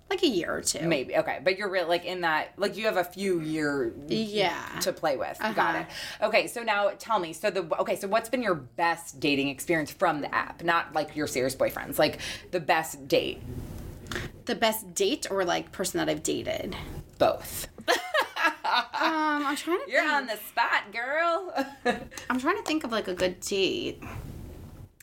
C: like a year or two.
A: Maybe. Okay, but you're real like in that like you have a few year
C: Yeah. Uh-huh.
A: to play with. Got it. Okay, so now tell me. So the okay, so what's been your best dating experience from the app? Not like your serious boyfriends, like the best date.
C: The best date or like person that I've dated.
A: Both.
C: Um, I'm trying to.
A: You're
C: think.
A: on the spot, girl.
C: I'm trying to think of like a good date.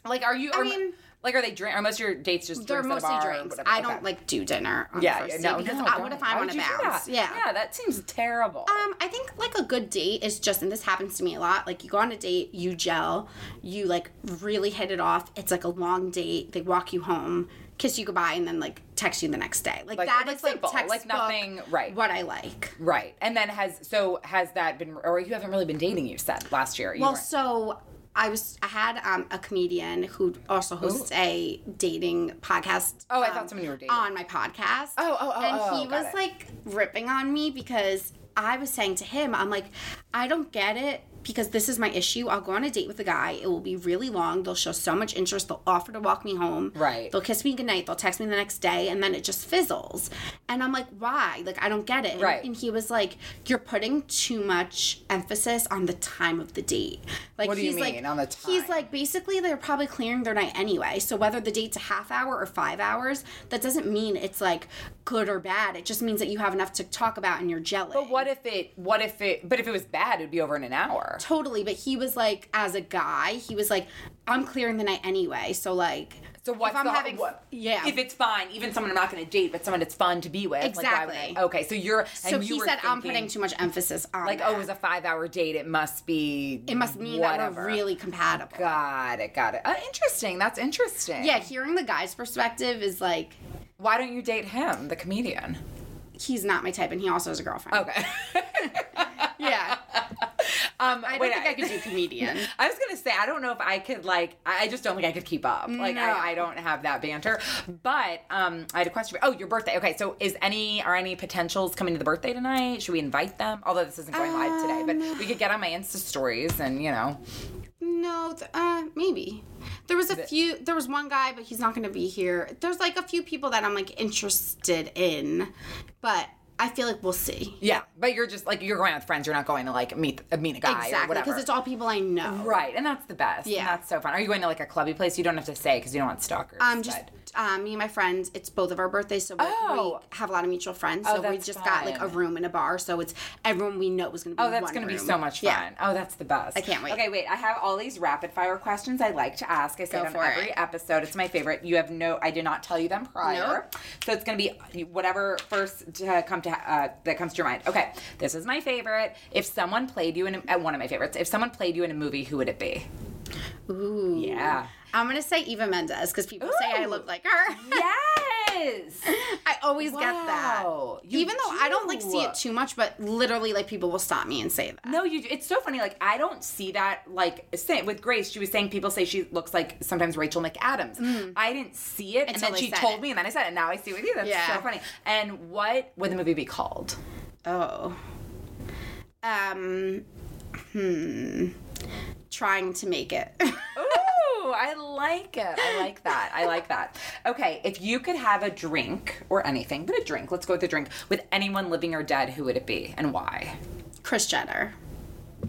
A: like, are you? Are,
C: mean-
A: like, are they drink? Are most of your dates just?
C: They're
A: drinks at a
C: mostly
A: bar or
C: drinks.
A: whatever?
C: I
A: Okay.
C: don't like do dinner. On
A: Yeah,
C: the
A: yeah,
C: first
A: no,
C: date because
A: no,
C: I, what if
A: don't.
C: I
A: Why
C: want
A: would
C: to
A: you do
C: bounce?
A: that?
C: Yeah.
A: yeah, that seems terrible.
C: Um, I think like a good date is just, and this happens to me a lot. Like you go on a date, you gel, you like really hit it off. It's like a long date. They walk you home, kiss you goodbye, and then like text you the next day. Like,
A: Like,
C: that
A: like
C: is like
A: simple, like
C: textbook.
A: nothing- right.
C: What I like.
A: right, and then has so has that been? Or you haven't really been dating? You said last year. You
C: Well,
A: weren't-
C: so I was I had um, a comedian who also hosts a dating podcast.
A: Oh, I
C: um,
A: thought someone you were dating.
C: on my podcast.
A: Oh, oh, oh,
C: and
A: oh,
C: he
A: got
C: was
A: it.
C: like ripping on me because I was saying to him, I'm like, I don't get it because this is my issue. I'll go on a date with a guy. It will be really long. They'll show so much interest. They'll offer to walk me home.
A: Right.
C: They'll kiss me goodnight. They'll text me the next day, and then it just fizzles. And I'm like, why? Like, I don't get it. And-
A: Right.
C: And he was like, you're putting too much emphasis on the time of the date. Like,
A: What do you
C: he's
A: mean,
C: like,
A: on the
C: He's
A: time?
C: like, basically, they're probably clearing their night anyway. So whether the date's a half hour or five hours, that doesn't mean it's like good or bad. It just means that you have enough to talk about and you're jealous.
A: But what if it? What if it? But if it was bad, it'd be over in an hour.
C: Totally. But he was like, as a guy, he was like, I'm clearing the night anyway. So like,
A: So what's
C: if I'm
A: the,
C: having,
A: what-
C: yeah.
A: If it's fine, even someone I'm not going to date, but someone it's fun to be with. like, why would I-
C: Exactly.
A: okay, so you're.
C: so
A: and you
C: he
A: were
C: said, I'm
A: thinking,
C: putting too much emphasis on
A: Like, oh, it was a five-hour date. It must be.
C: it must mean that
A: whatever.
C: we're really compatible.
A: Got it. Got it. Uh, interesting. That's interesting.
C: Yeah, hearing the guy's perspective is like
A: Why don't you date him, the comedian?
C: he's not my type, and he also has a girlfriend.
A: Okay.
C: Yeah.
A: Um,
C: I don't
A: wait,
C: think I could do comedian.
A: I was gonna say I don't know if I could like I I just don't think I could keep up. Like
C: No.
A: I, I don't have that banter. But um, I had a question. For, oh, your birthday. Okay, so is any are any potentials coming to the birthday tonight? Should we invite them? Although this isn't going live today, but we could get on my Insta stories and you know.
C: No, th- uh, maybe. There was a few. There was one guy, but he's not going to be here. There's like a few people that I'm like interested in, but I feel like we'll see.
A: Yeah, but you're just like you're going out with friends. You're not going to like meet uh, meet a guy or
C: exactly,
A: whatever.
C: because it's all people I know.
A: right, and that's the best. and
C: Yeah.
A: that's so fun. Are you going to like a clubby place? You don't have to say because you don't want stalkers.
C: Um, just
A: but-
C: um, me and my friends. It's both of our birthdays, so we,
A: Oh.
C: we have a lot of mutual friends. So we
A: that's
C: just got like a
A: fun.
C: room in a bar, so it's everyone we know is going to be.
A: Oh, that's
C: one
A: going to be
C: room.
A: so much fun.
C: Yeah.
A: Oh, that's the best. I
C: can't wait.
A: Okay, wait. I have all these rapid fire questions I like to ask. I say it on
C: for
A: every
C: it.
A: episode. It's my favorite. You have no, I did not tell you them prior. So it's going to be whatever first to come to, uh, that comes to your mind. Okay, this is my favorite. If someone played you in, a, uh, one of my favorites, if someone played you in a movie, who would it be?
C: Ooh.
A: Yeah.
C: I'm gonna say Eva Mendes because people say I
A: Ooh.
C: look like her.
A: Yes!
C: I always get that.
A: Wow, you
C: Even though I don't like see
A: do.
C: it too much, but literally like people will stop me and say that.
A: No, you. It's so funny. Like I don't see that. Like same with Grace, she was saying people say she looks like sometimes Rachel McAdams. I didn't see it, and
C: Until
A: then
C: they
A: she
C: said
A: told
C: it.
A: me, and then I Mm. said it. And now I see it with you. That's
C: Yeah.
A: so funny. And what would the movie be called?
C: Oh. Um hmm. Trying to make it.
A: Ooh, I like it. I like that. I like that. Okay, if you could have a drink or anything, but a drink. Let's go with a drink with anyone living or dead. Who would it be, and why?
C: Chris Jenner.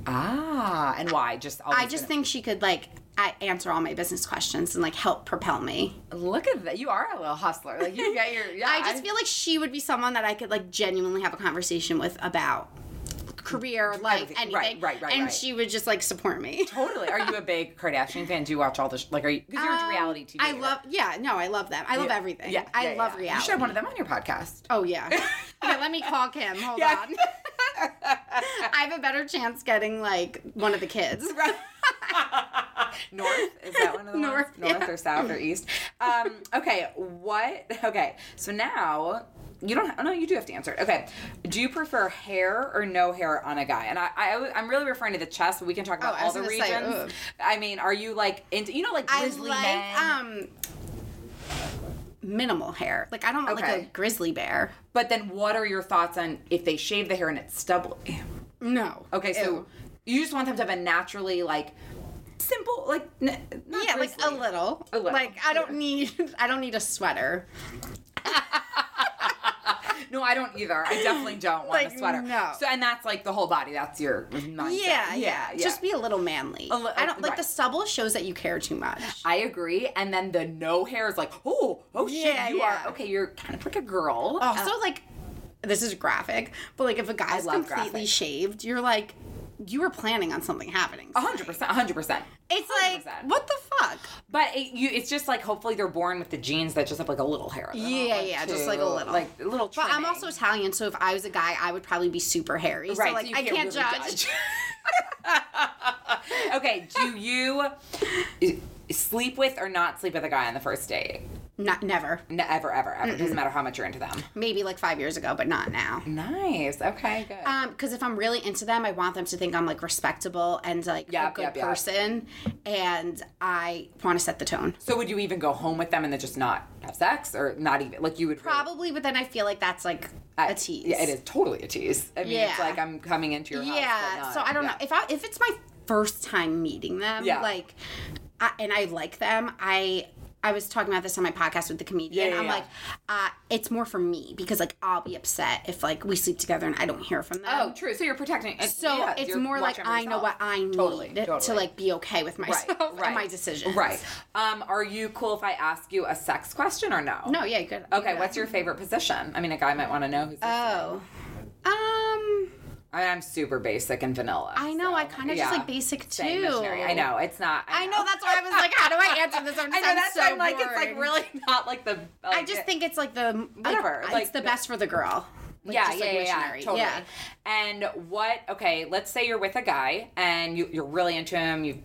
A: Ah, and why? Just always
C: I just think she could like I answer all my business questions and like help propel me.
A: look at that. You are a little hustler. Like you got your. Yeah,
C: I just feel like she would be someone that I could like genuinely have a conversation with about career, life,
A: Everything.
C: anything.
A: Right, right, right,
C: And
A: right.
C: she would just like support me.
A: Totally. Are you a big Kardashian fan? Do you watch all the sh- like? Are you because you're into reality TV?
C: Um, I
A: right?
C: love yeah, no, I love them. I love everything.
A: Yeah,
C: I
A: yeah,
C: love
A: yeah. You
C: reality.
A: should have one of them on your podcast.
C: Oh yeah. Okay, let me call Kim. Hold
A: Yeah.
C: on. I have a better chance getting like one of the kids.
A: North is that one of the ones?
C: North,
A: North
C: yeah.
A: or south or east? Um, okay. What? Okay. So now. You don't. No, you do have to answer it. Okay. Do you prefer hair or no hair on a guy? And I, I I'm really referring to the chest, but we can talk about
C: Oh, I
A: all
C: was
A: the
C: gonna
A: regions.
C: say, ugh.
A: I mean, are you like into? You know, like
C: I
A: grizzly
C: like
A: men.
C: um minimal hair. Like I don't want like
A: Okay.
C: a grizzly bear.
A: but then, what are your thoughts on if they shave the hair and it's stubbly?
C: No.
A: Okay, so
C: Ew.
A: you just want them to have a naturally like simple like n- not
C: yeah, like a
A: grizzly.
C: little.
A: A little,
C: Like I don't need I don't need a sweater.
A: No, I don't either. I definitely don't want a
C: Like,
A: sweater.
C: no.
A: So and that's like the whole body. That's your mindset.
C: Yeah, yeah, Just be a little manly. I
A: li- uh,
C: I don't like
A: right.
C: the stubble shows that you care too much.
A: I agree. And then the no hair is like, oh, oh
C: Yeah,
A: shit, you
C: yeah. Oh,
A: are okay. You're kind of like a girl. Uh,
C: Also, like, this is graphic, but like, if a guy's
A: Oh. love
C: completely
A: graphic.
C: shaved, you're like, you were planning on something happening.
A: A hundred percent, a Oh, hundred percent. Oh,
C: It's like,
A: 100%.
C: what the fuck?
A: But it, you, it's just like hopefully they're born with the genes that just have like a little hair. on them.
C: Yeah,
A: Like,
C: yeah,
A: too,
C: just like a little.
A: like a little.
C: But I'm
A: trimming.
C: also Italian, so if I was a guy, I would probably be super hairy.
A: Right,
C: so like,
A: so you
C: I can't,
A: really
C: judge.
A: judge. okay, do you sleep with or not sleep with a guy on the first date?
C: Not never.
A: No, ever, ever, ever. Doesn't matter how much you're into them.
C: Maybe like five years ago, but not now.
A: Nice. Okay, good.
C: Um, because if I'm really into them, I want them to think I'm like respectable and like
A: Yep,
C: a good
A: yep, yep.
C: person, and I want to set the tone.
A: so would you even go home with them and then just not have sex or not even like you would really-
C: Probably, but then I feel like that's like
A: I-
C: a tease.
A: Yeah, it is totally a tease. I mean, it's
C: Yeah.
A: like I'm coming into your house. but
C: yeah
A: not-
C: so i don't
A: yeah.
C: know if i if it's my first time meeting them
A: Yeah.
C: like I, and i like them i I was talking about this on my podcast with the comedian.
A: Yeah, yeah,
C: I'm
A: yeah.
C: like, uh, it's more for me because like I'll be upset if like we sleep together and I don't hear from them.
A: Oh, true. So you're protecting. it-
C: Um, so
A: yeah,
C: it's
A: you're
C: more like
A: watching
C: I know
A: yourself.
C: what I need
A: Totally,
C: to
A: totally.
C: like be okay with myself and
A: right.
C: my decisions.
A: Right. Um, are you cool if I ask you a sex question or no?
C: No, yeah, good.
A: Okay, what's your favorite position? I mean, a guy might want to know who's.
C: Oh, um,
A: I mean, I'm super basic and vanilla.
C: I know.
A: so,
C: I kind of
A: yeah.
C: just like basic too.
A: Same missionary. I know it's not.
C: I know. That's why I was like, how do I answer this? I'm
A: I know that's
C: so
A: why I'm like it's like
C: boring.
A: really not like the.
C: I just think it's like the like,
A: Whatever,
C: it's
A: like,
C: the
A: no-
C: best for the girl. Like,
A: yeah,
C: just,
A: yeah,
C: like,
A: yeah, yeah,
C: missionary.
A: totally. And what? Okay, let's say you're with a guy and you, you're really into him. You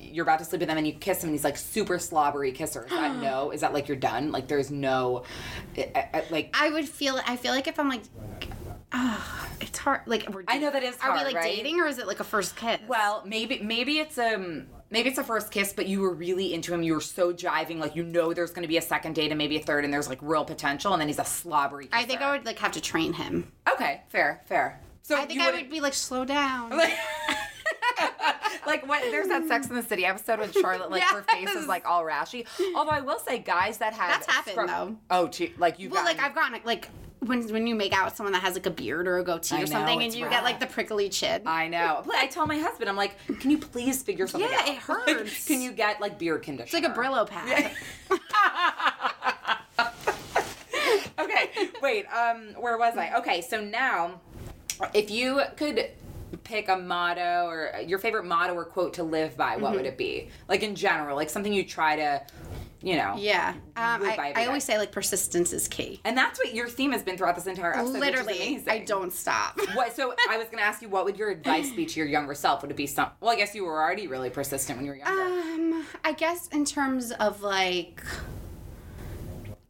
A: you're about to sleep with him and you kiss him and he's like super slobbery kisser. Is that no? Is that eh, like you're done? Like there's no, I- I- I- like
C: I would feel. I feel like if I'm like oh, it's hard. Like we're.
A: I know that is
C: Are we
A: hard,
C: like
A: right?
C: dating or is it like a first kiss?
A: Well, maybe maybe it's um maybe it's a first kiss, but you were really into him. You were so jiving, like you know there's going to be a second date and maybe a third, and there's like real potential, and then he's a slobbery. Kisser.
C: I think I would like have to train him.
A: Okay, fair, fair. So
C: I think
A: you
C: I
A: wouldn't-
C: would be like, slow down.
A: like what there's that Sex in the City episode when Charlotte like her face is
C: Yes.
A: like all rashy. Although I will say, guys that have
C: That's happened, though.
A: Oh, gee, like you.
C: well, like I've gotten like when when you make out with someone that has like a beard or a goatee
A: I
C: or
A: know,
C: something, and
A: it's
C: you
A: rough. Uh,
C: get like the prickly chin.
A: I know. But I tell my husband, I'm like, can you please figure something
C: Yeah,
A: out?
C: it
A: Like,
C: hurts.
A: can you get like beard conditioner?
C: it's like a Brillo pad.
A: okay, wait. Um, where was I? Okay, so now, if you could pick a motto or uh, your favorite motto or quote to live by, what
C: Mm-hmm.
A: would it be? Like in general, like something you try to, you know.
C: Yeah. Um,
A: Live by
C: I,
A: every
C: I
A: day.
C: always say like persistence is key.
A: And that's what your theme has been throughout this entire episode. which is
C: Literally,
A: amazing.
C: I don't stop.
A: What, so I was going to ask you, what would your advice be to your younger self? Would it be some? Well, I guess you were already really persistent when you were younger.
C: Um, I guess in terms of like,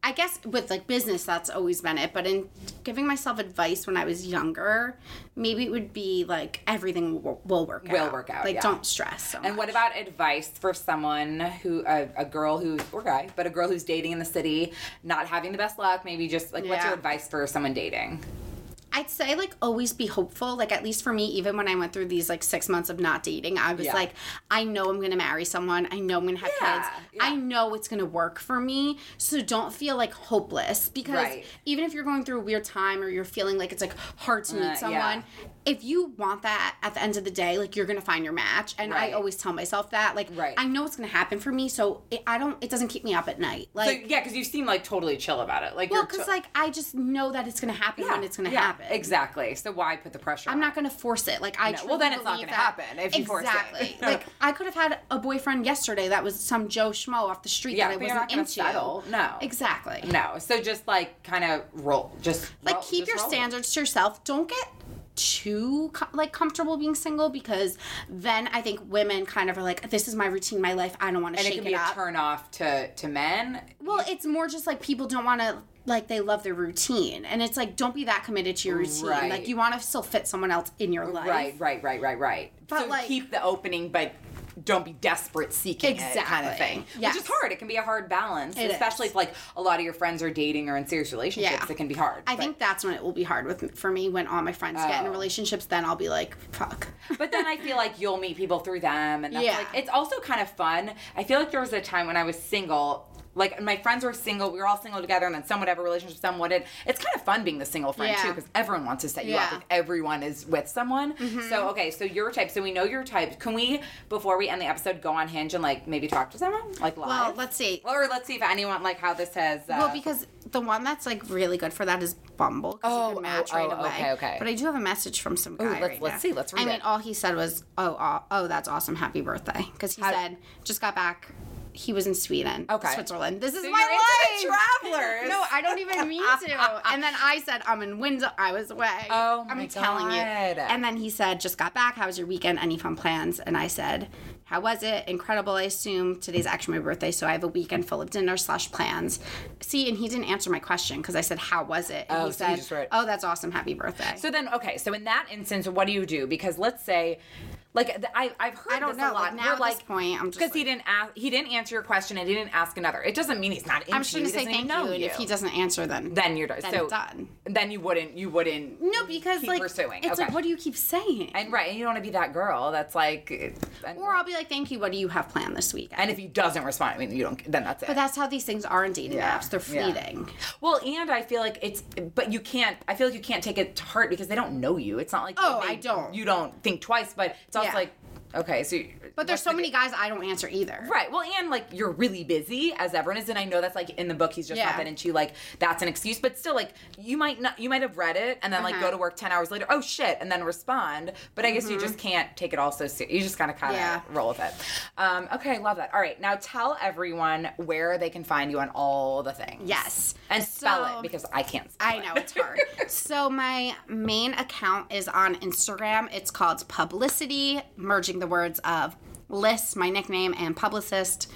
C: I guess with like business, that's always been it. But in giving myself advice when I was younger, maybe it would be like everything will, will work out.
A: Will work out,
C: Like,
A: yeah.
C: don't stress. So
A: And what
C: much.
A: about advice for someone who, a, a girl who, or guy, but a girl who's dating in the city, not having the best luck, maybe just like, what's
C: Yeah.
A: your advice for someone dating?
C: I'd say like always be hopeful. Like at least for me, even when I went through these like six months of not dating, I was
A: Yeah.
C: like, I know I'm gonna marry someone. I know I'm gonna have
A: Yeah,
C: kids.
A: yeah.
C: I know it's gonna work for me. So don't feel like hopeless because
A: Right.
C: even if you're going through a weird time or you're feeling like it's like hard to
A: Uh, yeah.
C: meet someone, if you want that at the end of the day, like you're gonna find your match. And
A: Right.
C: I always tell myself that, like
A: Right.
C: I know it's gonna happen for me. So it, I don't. It doesn't keep me up at night.
A: So,
C: Like.
A: yeah, because you seem like totally chill about it. Like,
C: well,
A: you're
C: because
A: chill-
C: like I just know that it's gonna happen when it's gonna
A: yeah,
C: happen.
A: Exactly. So why put the pressure?
C: I'm not going to force it. Like I
A: No,
C: truly
A: well, then it's not
C: believe
A: gonna
C: that-
A: happen if you force it.
C: exactly. like I could have had a boyfriend yesterday that was some Joe schmo off the street
A: Yeah,
C: that I
A: but
C: wasn't
A: you're not gonna
C: into.
A: settle. No.
C: exactly.
A: No. So just like kind of roll. Just
C: Like
A: roll-
C: keep
A: just
C: your
A: roll with it.
C: standards to yourself. Don't get too co- like comfortable being single because then I think women kind of are like, this is my routine, my life. I don't want to
A: And
C: shake
A: it can be
C: up.
A: a turn off to to men.
C: Well, it's more just like people don't want to like they love their routine, and it's like don't be that committed to your routine.
A: Right.
C: Like you want to still fit someone else in your life.
A: Right. Right. Right. Right. Right.
C: But,
A: so
C: like-
A: keep the opening, but don't be desperate seeking it kind of
C: Exactly.
A: thing.
C: Yes.
A: Which is hard. It can be a hard balance,
C: It
A: especially
C: is.
A: if like a lot of your friends are dating or in serious relationships.
C: Yeah.
A: It can be hard.
C: I
A: but-
C: think that's when it will be hard with for me when all my friends get in relationships. Then I'll be like, fuck.
A: but then I feel like you'll meet people through them, and that's
C: Yeah.
A: like it's also kind of fun. I feel like there was a time when I was single. Like my friends were single, we were all single together, and then some would have a relationship, some wouldn't. It's kind of fun being the single friend
C: Yeah.
A: too, because everyone wants to set you up
C: Yeah. Mm-hmm.
A: if everyone is with someone. So okay, so your type. So we know your type. Can we, before we end the episode, go on Hinge and like maybe talk to someone like live?
C: Well, let's see.
A: or let's see if anyone like how this has. Uh,
C: well, because the one that's like really good for that is Bumble. 'cause
A: Oh,
C: you can match
A: oh,
C: right
A: oh,
C: away.
A: okay, okay.
C: But I do have a message from some guy
A: let's-
C: right
A: let's
C: now.
A: see, let's
C: I
A: read
C: mean,
A: it.
C: all he said was, "Oh, oh, oh that's awesome. Happy birthday." Because he said, "Just got back." He was in Sweden,
A: Okay.
C: Switzerland. This is
A: So
C: my
A: you're
C: life.
A: into the travelers.
C: No, I don't even mean to. And then I said, "I'm in Windsor. I was away."
A: Oh
C: I'm
A: my
C: telling you.
A: God.
C: And then he said, "Just got back. How was your weekend? Any fun plans?" And I said, "How was it? Incredible. I assume today's actually my birthday, so I have a weekend full of dinner slash plans." See, and he didn't answer my question because I said, "How was it?" And
A: Oh,
C: he
A: so he
C: said,
A: just wrote-
C: "Oh, that's awesome. Happy birthday."
A: So then, okay, so in that instance, what do you do? Because let's say, like, th- I, I've heard
C: I don't
A: this a
C: know.
A: lot.
C: Like, now
A: We're
C: at this point, I'm just
A: because he
C: like-
A: didn't ask, he didn't answer your question, and he didn't ask another. It doesn't mean he's not. Into
C: I'm just
A: you.
C: gonna
A: He
C: say
A: doesn't even
C: thank
A: know
C: you, and if he doesn't answer, then
A: then you're done.
C: then
A: so
C: done.
A: Then you wouldn't. You wouldn't.
C: No, because
A: keep
C: like
A: pursuing.
C: it's
A: okay.
C: like, what do you keep saying?
A: and right, and you don't want to be that girl that's like. And,
C: or I'll be like, "Thank you. What do you have planned this weekend?"
A: and if he doesn't respond, I mean, you don't. Then that's it.
C: but that's how these things are in dating
A: Yeah,
C: apps. They're
A: yeah.
C: fleeting.
A: well, and I feel like it's, but you can't. I feel like you can't take it to heart because they don't know you. It's not like
C: Oh,
A: they-
C: I don't.
A: You don't think twice, but it's also
C: Yeah.
A: like, okay, so. you-
C: But there's
A: what's
C: so
A: the-
C: many guys I don't answer either.
A: Right. Well, and like you're really busy as everyone is, and I know that's like in the book he's just not
C: Yeah.
A: that into. you, Like that's an excuse, but still, like you might not, you might have read it and then like go
C: Uh-huh.
A: to work ten hours later. Oh shit, and then respond. But I guess you just can't take it all so serious. You just gotta kind of
C: Mm-hmm. Yeah.
A: roll with it. Um, okay, I love that. All right, now tell everyone where they can find you on all the things.
C: Yes.
A: and spell
C: So-
A: it because I can't. Spell
C: I know it's hard. so my main account is on Instagram. It's called Publicity, merging the words of list, my nickname, and publicist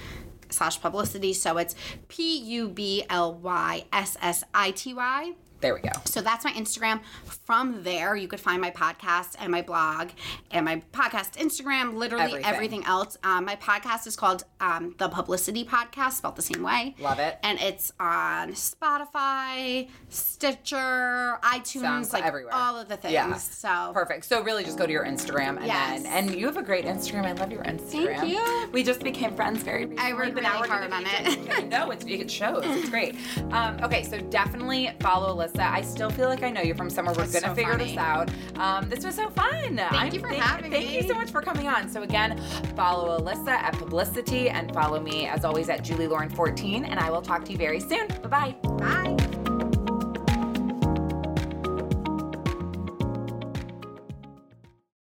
C: slash publicity. So it's P U B L Y S S I T Y.
A: There we go.
C: So that's my Instagram. From there, you could find my podcast and my blog and my podcast Instagram, literally everything,
A: Everything.
C: else. Um, my podcast is called um, The Publicity Podcast, spelled the same way.
A: Love it.
C: And it's on Spotify, Stitcher, iTunes,
A: Sounds
C: like
A: everywhere.
C: all of the things.
A: Yeah.
C: So
A: Perfect. So really just go to your Instagram and
C: Yes.
A: then and you have a great Instagram. I love your Instagram.
C: you.
A: We just became friends very recently.
C: worked
A: but now
C: really
A: we're
C: hard
A: gonna
C: on
A: be-
C: it.
A: I know it's it shows. It's great. Um, okay, so definitely follow Alyssa. I still feel like I know you from somewhere. We're
C: That's
A: gonna
C: so
A: figure
C: funny.
A: this out. Um, this was so fun. Thank
C: you for having
A: Thank you
C: me.
A: so much for coming on. So again, follow Alyssa at Publicity and follow me as always at Julie Lauren 14. And I will talk to you very soon. Bye bye.
C: Bye.